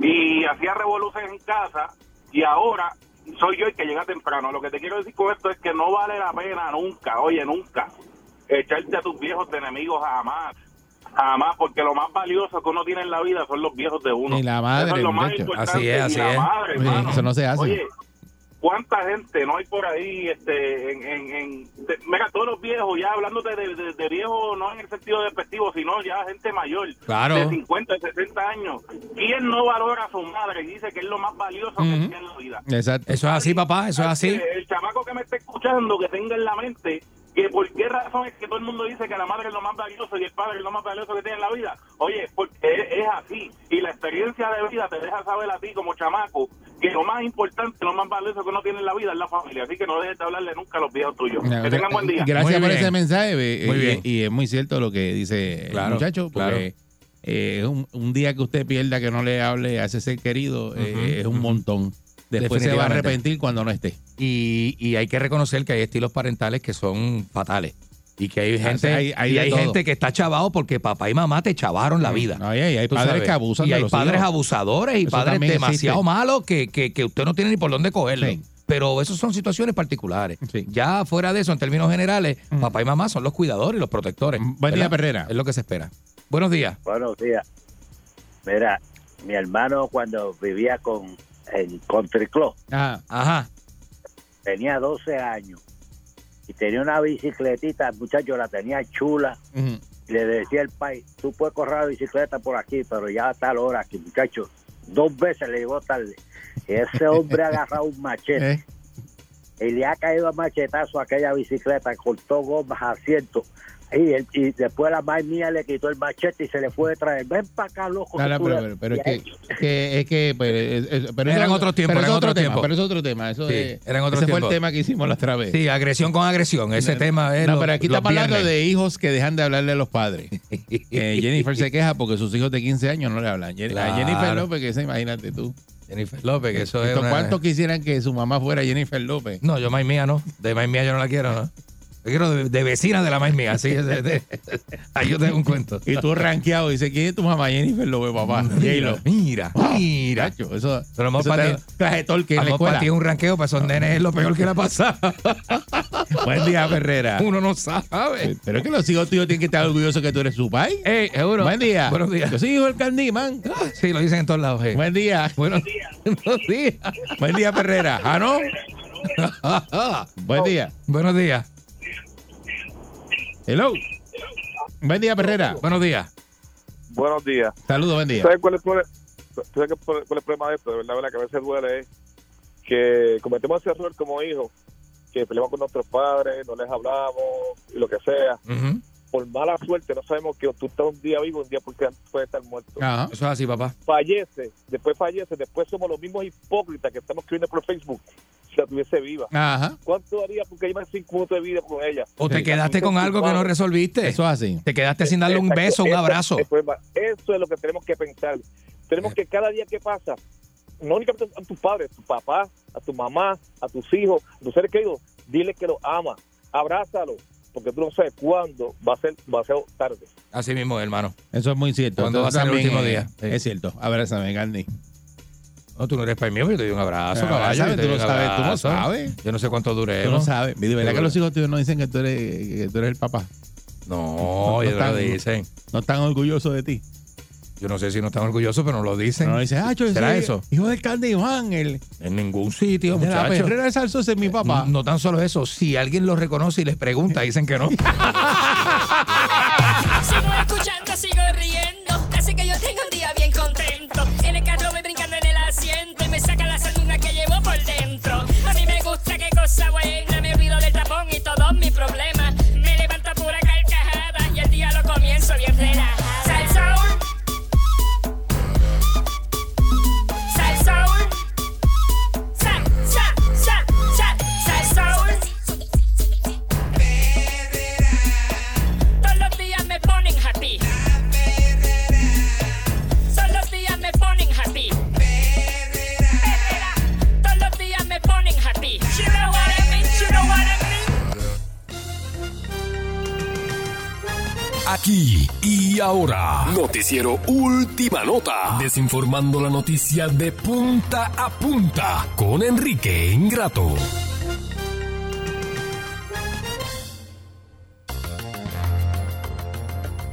y hacía revoluciones en casa y ahora soy yo el que llega temprano. Lo que te quiero decir con esto es que no vale la pena nunca, oye, nunca echarte a tus viejos de enemigos jamás. Jamás, porque lo más valioso que uno tiene en la vida son los viejos de uno. Y la Eso madre, es lo más muchacho. importante, y la madre, Sí, hermano. Eso no se hace. Oye, cuánta gente no hay por ahí este en, en, en- de- mira todos los viejos ya hablándote de, de, de viejo no en el sentido despectivo sino ya gente mayor Claro. de 50 de 60 años quién no valora a su madre y dice que es lo más valioso que tiene en la vida Exacto. Eso es así, papá, eso es así. que el chamaco que me está escuchando que tenga en la mente que por qué razón es que todo el mundo dice que la madre es lo más valioso y el padre es lo más valioso que tiene en la vida. Oye, porque es, es así. Y la experiencia de vida te deja saber a ti como chamaco que lo más importante, lo más valioso que uno tiene en la vida es la familia. Así que no dejes de hablarle nunca a los viejos tuyos. que tengan buen día. Gracias Muy por bien. ese mensaje. eh, Muy y, bien. y es muy cierto lo que dice Claro, el muchacho. Porque eh, es un, un día que usted pierda que no le hable a ese ser querido eh, Ujú, es un montón. Después se va a Definitivamente. arrepentir cuando no esté. Y, y hay que reconocer que hay estilos parentales que son fatales. Y que hay gente, hay- hay y de hay Mm, todo. gente que está chavado porque papá y mamá te chavaron la vida. No, y hay- hay Tú padres sabes. que abusan Y de hay los padres hijos. abusadores y Eso padres también existe. demasiado malos que, que- que usted no tiene ni por dónde cogerlo. Pero eso son situaciones particulares. Ya fuera de eso, en términos generales, papá y mamá son los cuidadores y los protectores. Mm. Buen día, ¿verdad? Perrera. Es lo que se espera. Buenos días. Buenos días. Mira, mi hermano cuando vivía con en Country Club, Ajá. tenía 12 años y tenía una bicicletita, el muchacho la tenía chula. Y le decía el país, tú puedes correr la bicicleta por aquí, pero ya a tal hora aquí, muchacho. Dos veces le llegó tarde. Y ese hombre ha agarrado un machete. Eh. y le ha caído a machetazo a aquella bicicleta, cortó gomas, asiento. Y, el- y después la madre mía le quitó el machete y se le fue detrás. Ven para acá, loco. No, no, que tú pero, le- pero- pero es le- que, que- es que pero, es- es- pero Eran eso- otros tiempos, pero es eran otro otros tema, tiempos. pero es otro tema. Eso Sí, es- eran otros ese fue tiempos. el tema que hicimos la otra vez. Sí, agresión con agresión. Ese tema es. No, lo- pero aquí Eh, los está hablando viernes. de hijos que dejan de hablarle a los padres. Eh, Jennifer se queja porque sus hijos de 15 años no le hablan. Jen- A Claro. Jennifer López, que se imagínate tú. Jennifer López, que eso es. Esto, una- ¿Cuántos quisieran que su mamá fuera Jennifer López? No, yo más mía no. De más mía yo no la quiero, ¿no? Yo quiero de, de vecina de la más mía, así. de- de- ahí yo tengo un cuento. Y tú rankeado, dice, ¿quién es tu mamá? Jennifer López, papá. J-Lo. Mira, mira. Chacho, eso, Pero más eso para trae- ti- traje torque en la Vamos escuela. para ti un ranqueo para esos nenes es lo peor que le ha pasado. Buen día, Ferrera. Uno no sabe. Pero es que los hijos tuyos tienen que estar orgullosos que tú eres su pai. Ey, seguro. Buen día. Eh, Buenos días. Ah. Yo soy hijo del Candyman. Sí, lo dicen en todos lados. eh. Buen día. Buenos días. Buenos días. Buen día, Ferrera. ¿Ah, no? Buen día. Buenos días. Hello. Buen día, Ferrera. Buenos días. Buenos días. Saludos, buen día. ¿Sabes cuál es, el proble- ¿Sabes cuál es cuál es el problema de esto? De verdad, verdad, que a veces duele es que cometemos ese error como hijos, que peleamos con nuestros padres, no les hablamos, y lo que sea. Por mala suerte, no sabemos que tú estás un día vivo, un día porque puede estar muerto. Eso es así, papá. Fallece, después fallece, después somos los mismos hipócritas que estamos escribiendo por Facebook si la tuviese viva. Ajá. ¿Cuánto haría porque llevan cinco minutos de vida con ella? O te quedaste con algo que no resolviste. Eso es así. Te quedaste sin darle un Exacto, beso, un ese abrazo. es el problema. Eso es lo que tenemos que pensar. Tenemos que cada día que pasa, no únicamente a tus padres, a tu papá, a tu mamá, a tus hijos, a tus seres queridos, dile que los ama, abrázalo, porque tú no sabes cuándo va a ser demasiado tarde. Así mismo, hermano. Eso es muy cierto. ¿Cuándo va a Entonces, ser el también, último eh, Es cierto. Abrázame, Candy. No, tú no eres para mí, pero yo te doy un abrazo, Ah, caballo. ¿sabes? yo te doy Tú no un sabes, tú no abrazo. sabes. Yo no sé cuánto duremos. Tú no sabes. De verdad que Seguro. los hijos tuyos no dicen que tú eres, que tú eres el papá. No, ellos no lo dicen. No están orgullosos de ti. Yo no sé si no están orgullosos, pero no lo dicen. No, no dicen, ah, yo ¿Será soy eso? Hijo del Candyman, el En ningún sitio, de la muchachos. perrera de salsos es mi papá. No, no tan solo eso, si alguien los reconoce y les pregunta, dicen que no. Sigo escuchando, sigo riendo. Así que yo tengo un día bien contento. En el carro voy brincando en el asiento y me saca la sanduna que llevo por dentro. A mí me gusta qué cosa buena. Me olvido del tapón y todos mis problemas. Me levanto a pura carcajada y el día lo comienzo bien relajada. Sal Soul. Sal Soul. Sal, sal, sal, sal, sal Soul. Todos los días me ponen happy. Todos los días me ponen happy. Todos los días me ponen happy. You know what I mean, you know what I mean. Aquí y ahora, noticiero Última Nota, desinformando la noticia de punta a punta con Enrique Ingrato.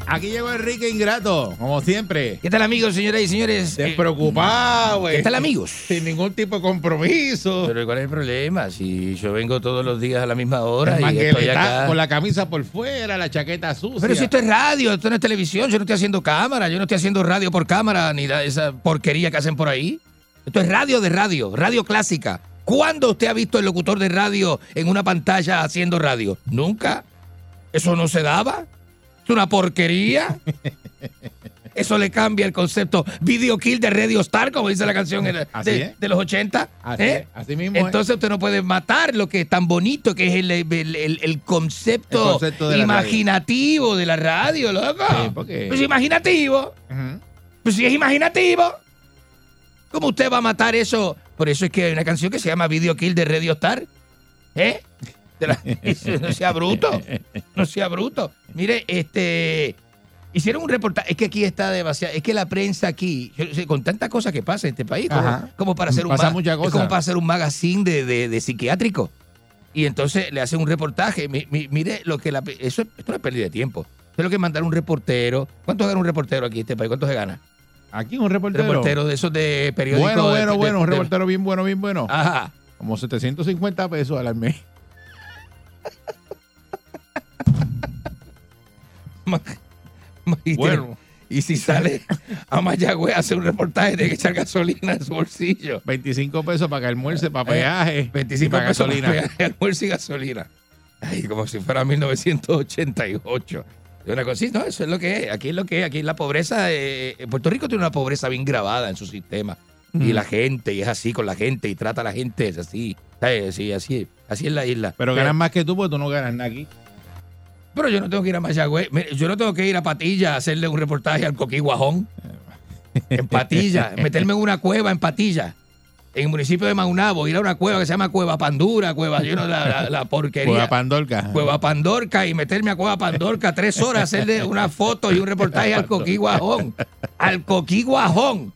Aquí llegó Enrique Ingrato, como siempre. ¿Qué tal, amigos, señoras y señores? Eh, Despreocupado, güey. ¿Qué tal, amigos? Sin ningún tipo de compromiso. Pero ¿cuál es el problema? Si yo vengo todos los días a la misma hora Es más y que estoy le está acá. con la camisa por fuera, la chaqueta sucia. Pero si esto es radio, esto no es televisión, yo no estoy haciendo cámara, yo no estoy haciendo radio por cámara, ni da- esa porquería que hacen por ahí. Esto es radio de radio, radio clásica. ¿Cuándo usted ha visto el locutor de radio en una pantalla haciendo radio? Nunca. Eso no se daba. Es una porquería. Eso le cambia el concepto video kill de Radio Star, como dice la canción en- Así de, es. de los 80. Así ¿eh? es, así mismo es. Entonces usted no puede matar lo que es tan bonito, que es el, el- el- el concepto, El concepto de la radio. imaginativo de la radio, loco. Sí, porque- Pues imaginativo. Pues si es imaginativo. ¿Cómo usted va a matar eso? Por eso es que hay una canción que se llama Video Kill de Radio Star. ¿Eh? De la- no sea bruto. No sea bruto. Mire, este. Hicieron un reportaje. Es que aquí está demasiado. Es que la prensa aquí, yo no sé, con tantas cosas que pasa en este país, como, Ajá. como para hacer un Pasa ma- mucha es cosa. como para hacer un magazine de, de- de psiquiátrico. Y entonces le hacen un reportaje. Mi- mi- mire lo que la. pe- Eso, es- esto no es pérdida de tiempo. Esto es lo que es mandar un reportero. ¿Cuánto gana un reportero aquí en este país? ¿Cuánto se gana? Aquí un reportero. Reportero de esos de periódicos. bueno, bueno, de- bueno. de- Un de- reportero bien bueno, bien bueno. Ajá. Como 750 pesos al mes. Y, Bueno. tiene- y si sale a Mayagüez a hacer un reportaje, tiene que echar gasolina en su bolsillo. 25 pesos para que almuerce, para peaje. 25 y para Eh, pesos gasolina. para peaje, almuerzo y gasolina. Ay, como si fuera 1988. Es una cosa, sí, no, eso es lo que es. Aquí es lo que es. Aquí la pobreza. eh, eh, Puerto Rico tiene una pobreza bien grabada en su sistema. Mm. Y la gente, y es así con la gente, y trata a la gente, es así. ¿sabes? Sí, así, así es la isla. Eh, Pero ganan más que tú porque tú no ganas nada aquí. Pero yo no tengo que ir a Mayagüez. Mire, Yo no tengo que ir a Patilla a hacerle un reportaje al Coquí Guajón. En Patilla. meterme en una cueva en Patilla. en el municipio de Maunabo, ir a una cueva que se llama Cueva Pandura, Cueva, yo no, la, la- la porquería. Cueva Pandorca. Cueva Pandorca y meterme a Cueva Pandorca tres horas, hacerle una foto y un reportaje al Coquí Guajón. Al Coquí Guajón.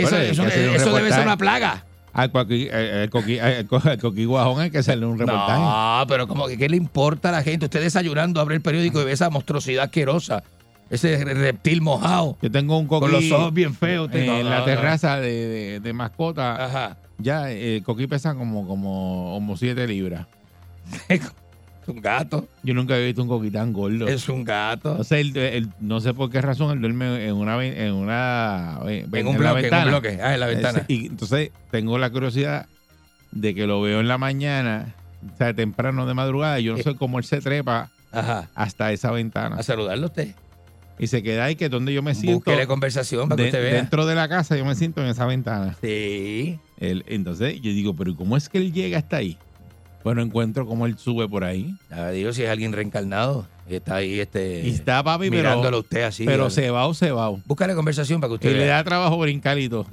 Bueno, eso pero hay eso- que hacer un eso debe ser reportaje. una plaga. Al coqui, eh, al coqui- al co- al coqui guajón hay que hacerle un reportaje. No, pero como que qué le importa a la gente. Usted desayunando, abre el periódico y ve esa monstruosidad asquerosa. Ese reptil mojado. Yo tengo un coquí Con los ojos bien feos. En usted. No, no, la no. Ah. terraza de, de- de mascota, ya eh, el coquí pesa como, como, como 7 libras. Es un gato. Yo nunca había visto un coquí tan gordo. Es un gato. Entonces, él- él- no sé por qué razón, él duerme en una... ve- En, una, eh, En un la Eh, bloque, en un bloque. Ah, en la ventana. Es- y entonces, tengo la curiosidad de que lo veo en la mañana, o sea, temprano de madrugada, Eh. y yo no sé cómo él se trepa hasta esa ventana. A saludarlo a usted. Y se queda ahí, que es donde yo me siento... Búsquele conversación para que de- usted vea. Dentro de la casa yo me siento en esa ventana. Sí. Él- entonces yo digo, pero ¿cómo es que él llega hasta ahí? Bueno, encuentro cómo él sube por ahí. A Dios, si es alguien reencarnado. y Está ahí este. Y está papi, pero- mirándolo a usted así. pero al- se va o se va. Búscale conversación para que usted Y le vea. da trabajo brincar y todo.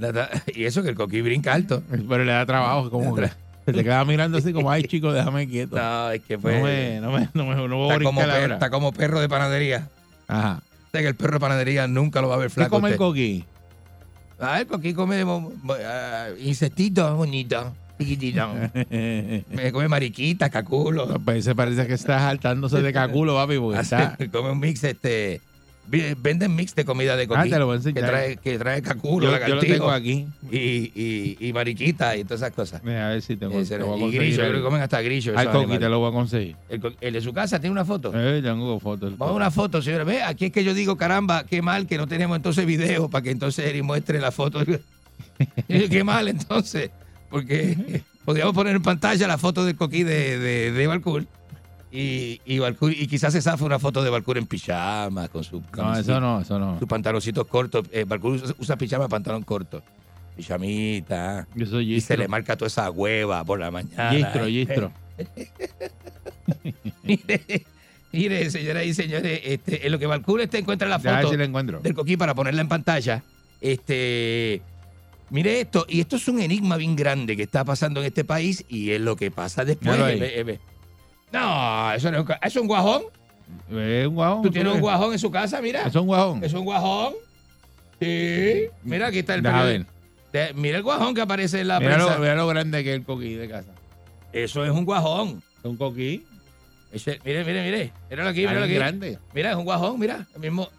Y eso que el coquí brinca alto. Pero le da trabajo, como que se te queda mirando así como, ay chico, déjame quieto. No, es que fue. No me, no me, no me, no voy a está, como brincar perro, ahora. está como perro de panadería. Ajá. Usted que el perro de panadería nunca lo va a ver ¿Qué flaco. come el usted. coquí? Ah, el coquí come mo- mo- ah, insectitos bonitos. chiquititos. Me come mariquitas, caculos. Pues se parece que está saltándose de caculo, papi, porque Pues Ah, está... Come un mix, este. vi- Venden mix de comida de coquí. Ah, te lo voy a enseñar. Que trae, que trae caculo, Yo- yo lo lagartijo tengo aquí. Y, y, y mariquita y todas esas cosas. Mira, a ver si te, Eh, te será- voy a y conseguir. grillo, yo el- creo que comen hasta grillo Al esos coquí animales. te lo voy a conseguir. El, co- el de su casa tiene una foto. Eh, tengo fotos. Vamos a una foto, señora. Ve, aquí es que yo digo, caramba, qué mal que no tenemos entonces video para que entonces Eri muestre la foto. Eh, qué mal entonces, porque podríamos poner en pantalla la foto del coquí de, de, de Balcour. Y, y, Balcour- y quizás se zafa una foto de Balcour en pijama, con su No, camisita, eso no, eso no. sus pantaloncitos cortos. Eh, Balcour usa, usa pijama, pantalón corto. Pijamita. y se le marca toda esa hueva por la mañana. Eh, Gistro, gistro. Mire, mire, señoras y señores, este, en lo que Valcura este encuentra la Ya, a ver foto si la encuentro. del coquí para ponerla en pantalla, este, mire esto, y esto es un enigma bien grande que está pasando en este país y es lo que pasa después. Míralo ahí. Eh, eh, eh. No, eso no es un, ca- ¿eso es un guajón. Es un guajón. ¿Tú tienes un ves? guajón en su casa? Mira. Es un guajón. Es un guajón. Sí. Mira, aquí está el Deja periódico. De- Mira el guajón que aparece en la Mira prensa. lo, mira lo grande que es el coquí de casa. Eso es un guajón. Es un coquí. Ese- mire, mire, mire. Míralo aquí, Ah, míralo es aquí. grande. Mira, es un guajón, mira. El mismo.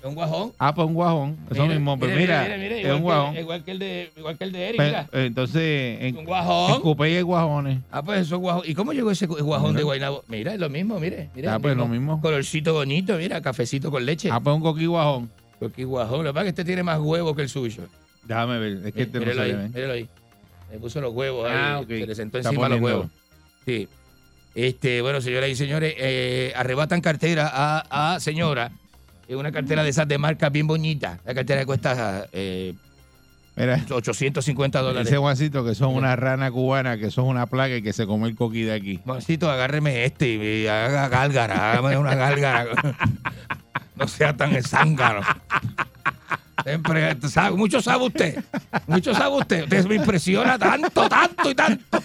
Es un guajón. Ah, pues un guajón. Eso mismo. Pero mira, es igual un que- guajón. igual que el de, igual que el de Eric, Pe- mira. Entonces, en, Un guajón. en Cupey hay guajones. Ah, pues eso es guajón. ¿Y cómo llegó ese gu- guajón de Guaynabo? Mira, es lo mismo, mire. mira Ah, pues lo mismo. Colorcito bonito, mira, cafecito con leche. Ah, pues un coquí guajón. Coquí guajón. Lo que pasa es que este tiene más huevos que el suyo. Déjame ver. Es que este no se míralo, le ahí, ve. míralo ahí. Le puso los huevos Ah, ahí. ok. Se le sentó Está encima los poniendo. huevos. Sí. Este, bueno, señoras y señores, eh, arrebatan cartera a, a señora. Es una cartera de esas de marca bien bonita. La cartera que cuesta eh, Mira. 850 dólares. Dice Juancito que son una rana cubana, que son una plaga y que se come el coquí de aquí. Juancito, agárreme este y haga gálgara, hágame una gálgara. No sea tan zángano. Siempre, sabe- mucho sabe usted. Mucho sabe usted. Usted me impresiona tanto, tanto y tanto.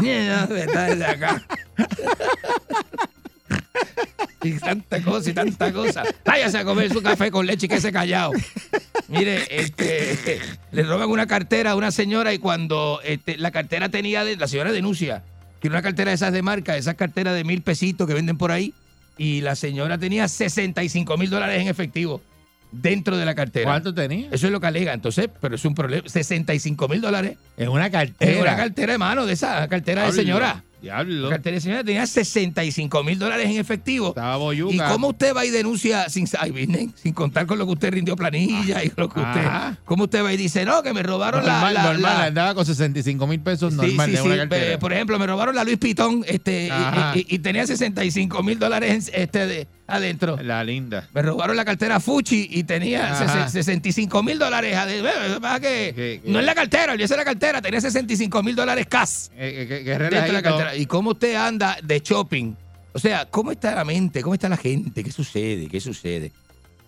Mira, está desde acá. Y tanta cosa y tanta cosa. Váyase a comer su café con leche y que se callado. Mire, este, le roban una cartera a una señora y cuando este, la cartera tenía, de, la señora denuncia, tiene una cartera de esas de marca, esas carteras de mil pesitos que venden por ahí, y la señora tenía 65 mil dólares en efectivo dentro de la cartera. ¿Cuánto tenía? Eso es lo que alega, entonces, pero es un problema. 65 mil dólares Es una cartera. es una cartera de mano, de esa cartera Diablo, de señora. Diablo. La cartera de señora tenía 65 mil dólares en efectivo. ¿Y boyuca. cómo usted va y denuncia sin, ay, viene, sin contar con lo que usted rindió planilla y lo que usted... Ajá. ¿Cómo usted va y dice, no, que me robaron la- normal, la... normal. la- Andaba con 65 mil pesos Sí, normal sí, de una sí, cartera. eh, por ejemplo, me robaron la Luis Pitón este, y- Ajá. y, y tenía 65 mil dólares en- este, de- adentro. La linda. Me robaron la cartera Fuchi y tenía Ajá. ses- 65 mil dólares. ade- bueno, lo que pasa es que no es la cartera, yo sé la cartera, tenía 65 mil dólares cash. Eh, eh, que- que dentro de la relajito. cartera. ¿Y cómo usted anda de shopping? O sea, ¿cómo está la mente? ¿Cómo está la gente? ¿Qué sucede? ¿Qué sucede?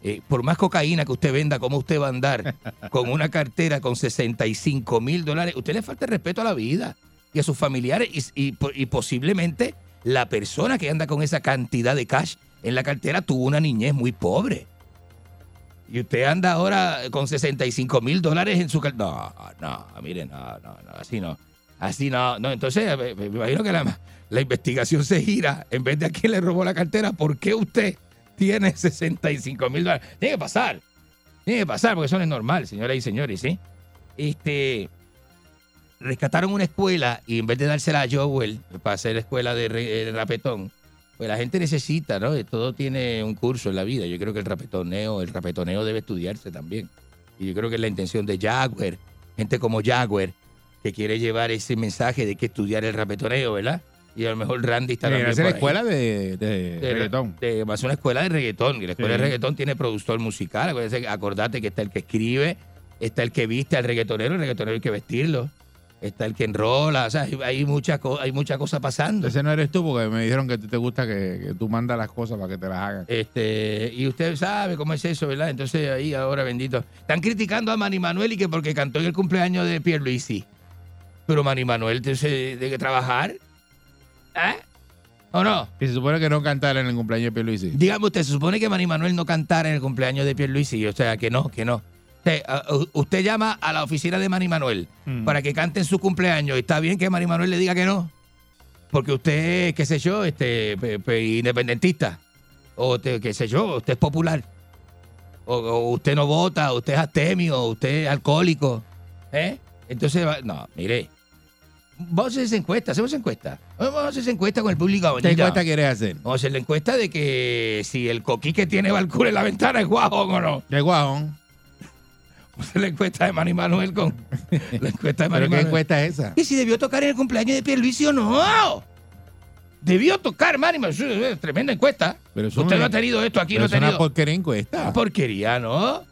Eh, por más cocaína que usted venda, ¿cómo usted va a andar con una cartera con 65 mil dólares? Usted le falta el respeto a la vida y a sus familiares y, y po- y posiblemente la persona que anda con esa cantidad de cash en la cartera tuvo una niñez muy pobre. Y usted anda ahora con 65 mil dólares en su cartera. No, no, mire, no, no, no, así no. Así no, no. Entonces, eh, me, me imagino que la, la investigación se gira en vez de a quién le robó la cartera, ¿por qué usted tiene 65 mil dólares? Tiene que pasar. Tiene que pasar, porque eso no es normal, señoras y señores, ¿sí? Este rescataron una escuela y en vez de dársela a Joel para hacer la escuela de, re- de rapetón, pues la gente necesita, ¿no? De Todo tiene un curso en la vida. Yo creo que el rapetoneo, el rapetoneo debe estudiarse también. Y yo creo que es la intención de Jaguar, gente como Jaguar, que quiere llevar ese mensaje de que estudiar el rapetoneo, ¿verdad? Y a lo mejor Randy está Debería también ser por ahí. escuela de, de De re- reggaetón. de- va a ser una escuela de reggaetón. Y la escuela Sí. de reggaetón tiene productor musical. Acuérdense, acordate que está el que escribe, está el que viste al reggaetonero, el reggaetonero hay que vestirlo. Está el que enrola, o sea, hay- hay muchas co- hay muchas cosas pasando. Ese no eres tú porque me dijeron que a ti te gusta que, que tú mandas las cosas para que te las hagan. Este, y usted sabe cómo es eso, ¿verdad? Entonces ahí ahora, bendito. Están criticando a Manny Manuel y que porque cantó en el cumpleaños de Pierluisi. Pero Manny Manuel entonces, tiene que trabajar. ¿Eh? ¿O no? Y se supone que no cantara en el cumpleaños de Pierluisi. Dígame usted, se supone que Manny Manuel no cantara en el cumpleaños de Pierluisi, o sea, que no, que no. Usted, ah, u- usted llama a la oficina de Manny Manuel Mm. para que cante en su cumpleaños. ¿Está bien que Manny Manuel le diga que no? Porque usted, qué sé yo, este, pe- pe- independentista. O te- qué sé yo, usted es popular. O, o usted no vota, usted es astemio, usted es alcohólico. ¿eh? Entonces, va- no, mire. Vamos a hacer esa encuesta, hacemos esa encuesta. Vamos a hacer esa encuesta con el público. ¿Qué Bonilla. encuesta quieres hacer? Vamos a hacer la encuesta de que si el coquí que tiene Valcour en la ventana es guajón o no. De Guajón. Vamos a hacer la encuesta de Manny Manuel con la encuesta de Manny ¿Pero qué Manuel. encuesta es esa? ¿Y si debió tocar en el cumpleaños de Pierluisi o no? Debió tocar, Manny Manuel. Tremenda encuesta. Pero eso Usted no no ha es- tenido esto aquí, Pero no ha es una tenido. porquería encuesta. Porquería, ¿no?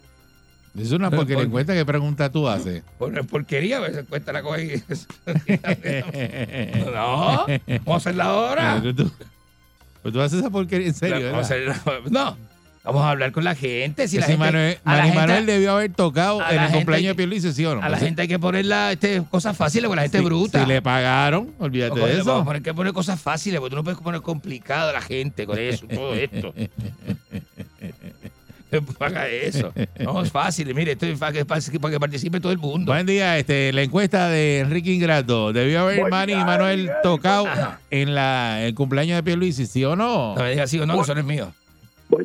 Es una Pero porquería por- encuesta. ¿Qué pregunta tú haces? Por- Pues porquería, esa encuesta la coge y- No, Eh. vamos a hacerla ahora. Pero tú, pero tú haces esa porquería en serio, Vamos a ¿verdad? hacer- no, vamos a hablar con la gente. Si la Ese gente Manuel- a la Manny gente- Manuel debió haber tocado en a la el gente- cumpleaños de Pierluisi, ¿sí o no? A la Pues, gente hay que ponerla este, cosas fáciles, porque la gente es bruta. Si le pagaron, olvídate de Vamos a eso. poner- hay que poner cosas fáciles, porque tú no puedes poner complicado a la gente con eso, todo esto. Eh, Haga eso. No, es fácil. Mire, esto es para que, para que- para que participe todo el mundo. Buen día, este, la encuesta de Enrique Ingrato. ¿Debió haber Buen Manny día, Manuel Enrique. tocado en la, el cumpleaños de Pierluisi, sí o no? No me diga sí o no, que eso no es mío.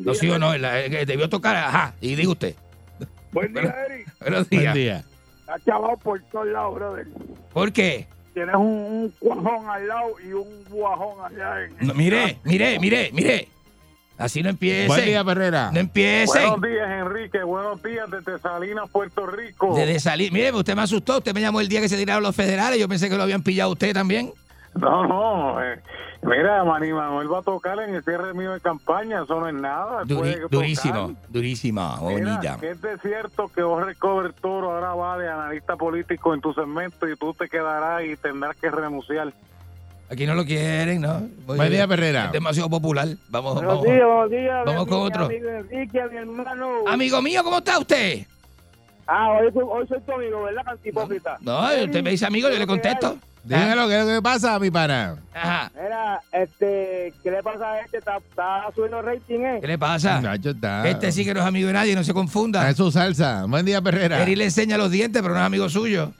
No, sí o no. la- eh, que debió tocar, ajá. Y diga usted. Buen día, Eric. Buenos Buen días. día. Estás chavado por todos lados, brother. ¿Por qué? Tienes un, un cuajón al lado y un guajón allá en... No, mire, mire, mire, mire. Así no empiece. Buen día, Perrera. No empiece. Buenos días, Enrique. Buenos días desde Salinas, Puerto Rico. Desde salir. Mire, usted me asustó. Usted me llamó el día que se tiraron los federales. Yo pensé que lo habían pillado usted también. No, no. eh, mira, Manny Manuel va a tocar en el cierre mío de campaña. Eso no es nada. Duri- puede durísimo, oh, durísima, Mira, bonilla. que es de cierto que vos recobre toro ahora va de analista político en tu segmento y tú te quedarás y tendrás que renunciar. Aquí no lo quieren, ¿no? Muy Buen día, bien. Perrera. Es demasiado popular. Vamos, Buenos vamos. días, buenos días, Vamos con mi otro. Ah, amigo Enrique, mi hermano. Amigo mío, ¿cómo está usted? Ah, hoy, soy- hoy soy tu amigo, ¿verdad, antipócrita? No, usted me dice amigo, yo le contesto. Díganme lo que, lo que pasa, mi pana. Ajá. Mira, este, ¿qué le pasa a este? Está, está subiendo rating, ¿eh? ¿Qué le pasa? Nacho está- Este sí que no es amigo de nadie, no se confunda. Está en su salsa. Buen día, Perrera. Eri le enseña los dientes, pero no es amigo suyo.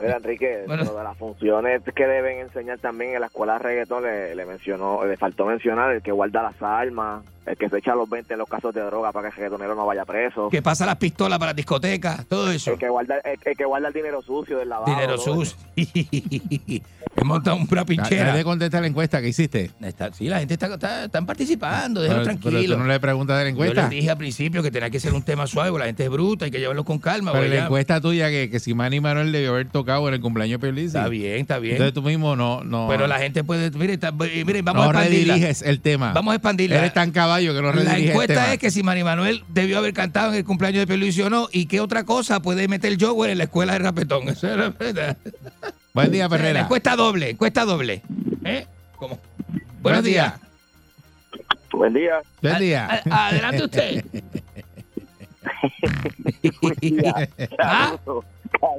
Mira, Enrique, Bueno. lo de las funciones que deben enseñar también en la escuela de reggaetón, le, le mencionó, le faltó mencionar el que guarda las armas, el que se echa los 20 en los casos de droga para que el reggaetonero no vaya preso, Que pasa las pistolas para las discotecas, todo eso. el que guarda el, el que guarda el dinero sucio del lavado. Dinero todo sucio. He montado una Ya pinchera. de contestar la encuesta que hiciste. Está- sí, la gente está, está- están participando, déjalo Pero, tranquilo. pero tú no le preguntas de la Yo encuesta. les dije al principio que tenía que ser un tema suave, porque la gente es bruta, hay que llevarlo con calma. Pero porque la ya- encuesta tuya que, que si Manny Manuel debió haber tocado en el cumpleaños de Pierluisi. Está bien, está bien. Entonces tú mismo no... no Pero la gente puede. Mire, está- eh, mire, vamos no a expandirla. rediriges el tema. Vamos a expandirla. Eres tan caballo que no este La rediriges el tema. encuesta es que si Manny Manuel debió haber cantado en el cumpleaños de Pierluisi o no, y qué otra cosa puede meter Joel en la escuela de rapetón. Eso es la verdad. Buen día, La Perrera. encuesta doble, encuesta doble. ¿Eh? ¿Cómo? Buenos días. Buen día. Buen día. Ah, A- Adelante usted. Saludos,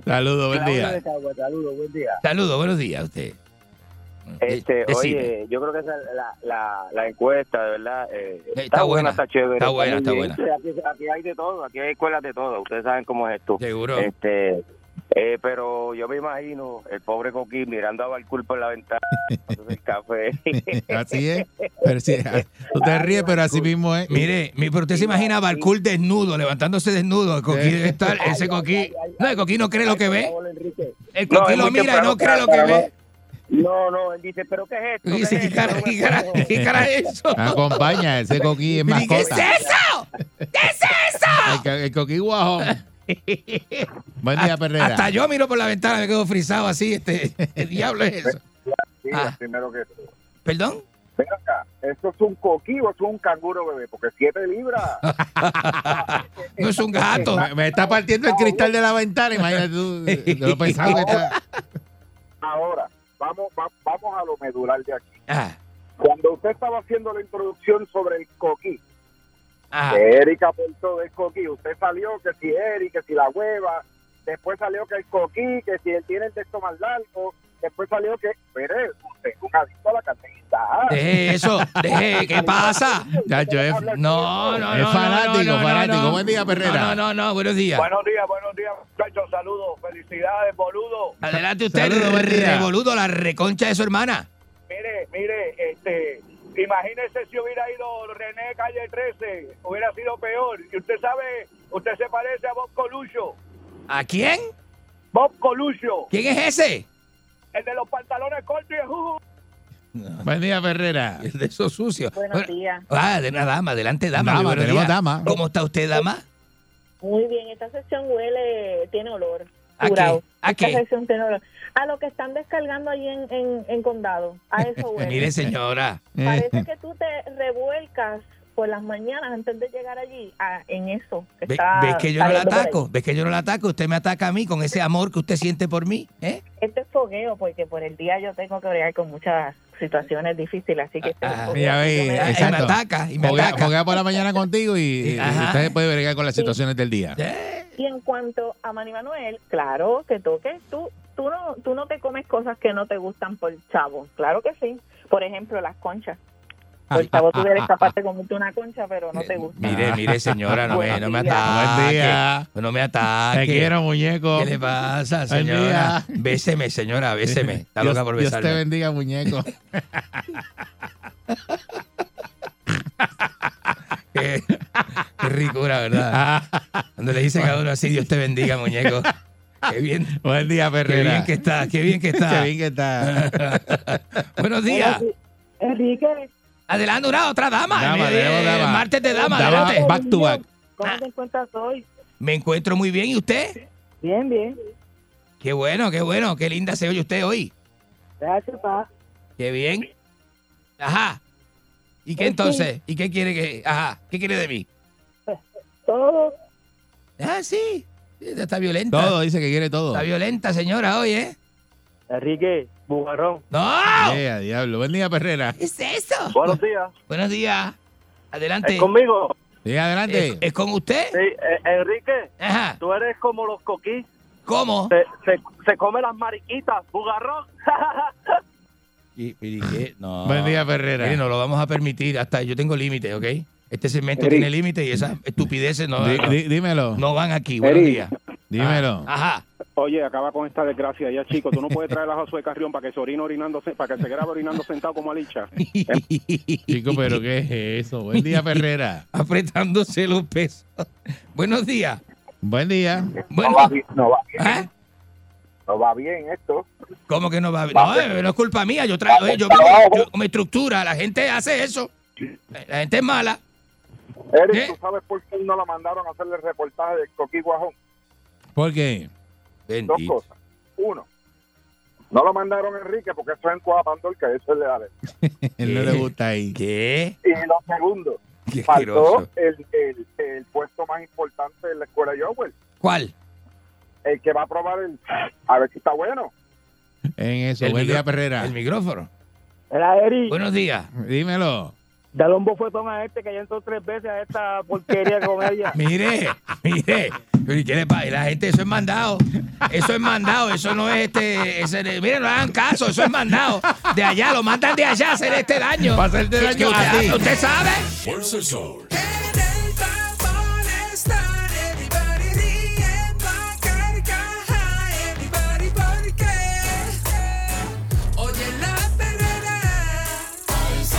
Saludos, buen día. Saludos, buen día. Saludos, buenos días a usted. Eh, Este, Decime. oye, yo creo que esa es la, la, la encuesta, de verdad. eh, está buena, está chévere. está buena, está muy bien. buena. Sí, Aquí, aquí hay de todo, aquí hay escuelas de todo. Ustedes saben cómo es esto. Seguro. Este, eh, pero yo me imagino el pobre Coquín mirando a Balcour por la ventana, haciendo el café. Así es. Pero sí, ah, usted ríe, pero así mismo es. Mire, mi- pero usted se imagina a Barcool desnudo, levantándose desnudo. El coquí debe estar- ese coquí. No, el coquí no cree lo que ve. El No, coquí es lo muy mira y no temprano cree lo que para- para ve. No, no, él dice, ¿pero qué es esto? Y dice, ¿qué cara, qué cara, qué cara es eso? Acompaña, ese coquí es ¿Qué es mascota. eso? ¿Qué es eso? El, co- el coquí guajón. Buen día, Perrera. Hasta yo miro por la ventana, me quedo frisado así. Este, ¿Qué diablo es eso? Sí, Ah. primero que ¿Perdón? Ven acá, ¿esto es un coquí o es un canguro bebé? Porque siete libras. No es un gato. Me, me está partiendo el cristal de la ventana, imagínate tú. Yo lo pensaba que estaba- Ahora, vamos, va- vamos a lo medular de aquí. Ah. Cuando usted estaba haciendo la introducción sobre el coquí, Ah. que Erika aportó del coquí, usted salió que si Eric, que si la hueva, después salió que el coquí, que si él tiene el texto más largo, después salió que, mire, usted es un adicto a la cantidad. Deje eso, deje, ¿qué pasa? No, no, no. Es no, fanático, no, no, no, fanático. no. Buen día, Perrera. No, no, no, no, buenos días. Buenos días, buenos días, muchachos. Saludos, felicidades, boludo. Adelante usted, Saludos, buen día. revoludo, la reconcha de su hermana. Mire, mire, este, imagínese si hubiera ido René Calle 13, hubiera sido peor. Y usted sabe, usted se parece a Bob Colucho. ¿A quién? Bob Colucho, ¿Quién es ese? el de los pantalones cortos y el juju. Buen día, Ferrera. El de esos sucios. Buenos días. Ah, de una dama, adelante, dama. Dama, muy buenos tenemos días. dama. ¿Cómo está usted, dama? Muy bien, esta sección huele, tiene olor. ¿A curado. qué? ¿A Esta qué? sección tiene olor. A lo que están descargando allí en, en, en condado. A eso huele. Pues Mire, señora. Eh. Eh. Parece que tú te revuelcas por las mañanas antes de llegar allí a- en eso. que Ve- está ¿Ves que yo no la saliendo por ahí. ataco? ¿Ves que yo no la ataco? Usted me ataca a mí con ese amor que usted siente por mí. ¿eh? Este es fogueo porque por el día yo tengo que bregar con muchas situaciones difíciles, así que este Ah, es un fogueo. Mira, ve, Yo me- exacto. me ataca, y me Foguea- ataca. foguea por la mañana contigo y, y Ajá. usted se puede bregar con las situaciones del día. Eh, Y en cuanto a Manny Manuel, claro que toques, tú, tú, no, tú no te comes cosas que no te gustan por chavo, claro que sí. Por ejemplo, las conchas. Por chavo tú eres capaz de comerte una concha, pero no te gusta. Mire, mire, señora, no me, no me Buen día. ataque. No me ataque. Te quiero, muñeco. Ah, ¿Qué le pasa, Buen señora? día. Béseme, señora, béseme. Está Dios, loca por Dios te besarme. bendiga, muñeco. Qué, qué ricura, ¿verdad? Cuando le dicen a uno así, Dios te bendiga, muñeco. Qué bien. Buen día, Qué Ferrera. bien que está, qué bien que está. Qué bien que está. Buenos días. Enrique. Adelante, una otra dama. Dama, Eh, tenemos dama. Martes de dama, Dama, adelante. back to back. ¿Cómo te encuentras hoy? Me encuentro muy bien, ¿y usted? Bien, bien. Qué bueno, qué bueno, qué linda se oye usted hoy. Gracias, pa. Qué bien. Ajá. ¿Y qué entonces? ¿Y qué quiere que.? Ajá. ¿Qué quiere de mí? Todo. Ah, sí. Ella Está violenta. Todo, dice que quiere todo. Está violenta, señora, hoy, ¿eh? Enrique, bugarrón. ¡No! Yeah, diablo. Buen día, Perrera. ¿Qué es eso? Buenos días. Buenos días. Adelante. ¿Es conmigo? Sí, adelante. ¿Es, es con usted? Sí, eh, Enrique, Ajá. tú eres como los coquís. ¿Cómo? Se, se, se come las mariquitas, bugarrón. Y- y dije, no. Buen día, Ferrera. Ah. Mire, no lo vamos a permitir. Hasta yo tengo límite, ¿ok? Este segmento Eric. tiene límite y esas estupideces no, Di- no- di- dímelo. no van aquí. Buenos Eric. días. Ah, Dímelo. Ajá. Oye, acaba con esta desgracia ya, chico. Tú no puedes traer a Josué Carrión para que se orine orinándose, para que se grabe orinando sentado como Alicha. Chico, pero ¿qué es eso? Buen día, Ferrera. Apretándose los pesos. Buenos días. Buen día. Bueno, No va, ¿ah? no va bien esto. ¿Cómo que no va a haber? Va a No, ser- eh, no es culpa mía. Yo traigo, eh, yo, yo- yo- me estructura. La gente hace eso. Eh, La gente es mala. Eric, ¿Eh? ¿tú sabes por qué no la mandaron a hacerle el reportaje del coquí guajón? ¿Por qué? Dos cosas. Uno, no lo mandaron a Enrique porque eso es en Coapandol, que eso es legal. Él no le gusta ahí. ¿Qué? Y lo segundo, Qué faltó asqueroso. el, el, el puesto más importante de la escuela Jowell, ¿Cuál? el que va a probar el... A ver si está bueno. En eso. El Buen micro- día, Perrera. El micrófono. Era Eri. Buenos días. Dímelo. Dale un bofetón a este que ya entró tres veces a esta porquería con ella. Mire, mire. Pero ¿y qué le pasa? Y La gente, eso es mandado. Eso es mandado. Eso no es este. ese- miren, no hagan caso. Eso es mandado. De allá, lo mandan de allá a hacer este daño. Para hacerte Es que daño a ti. usted- ¿Usted sabe? Fuerza el sol. Oye la perrera. Fuerza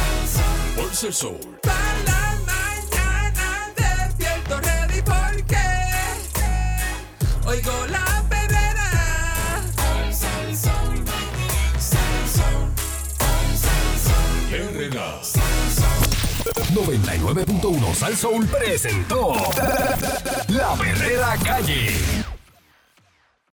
el sol. Para la mañana despierto ready porque oigo la perrera. Herrera. 99.1 Sal Soul presentó La Verdadera Calle.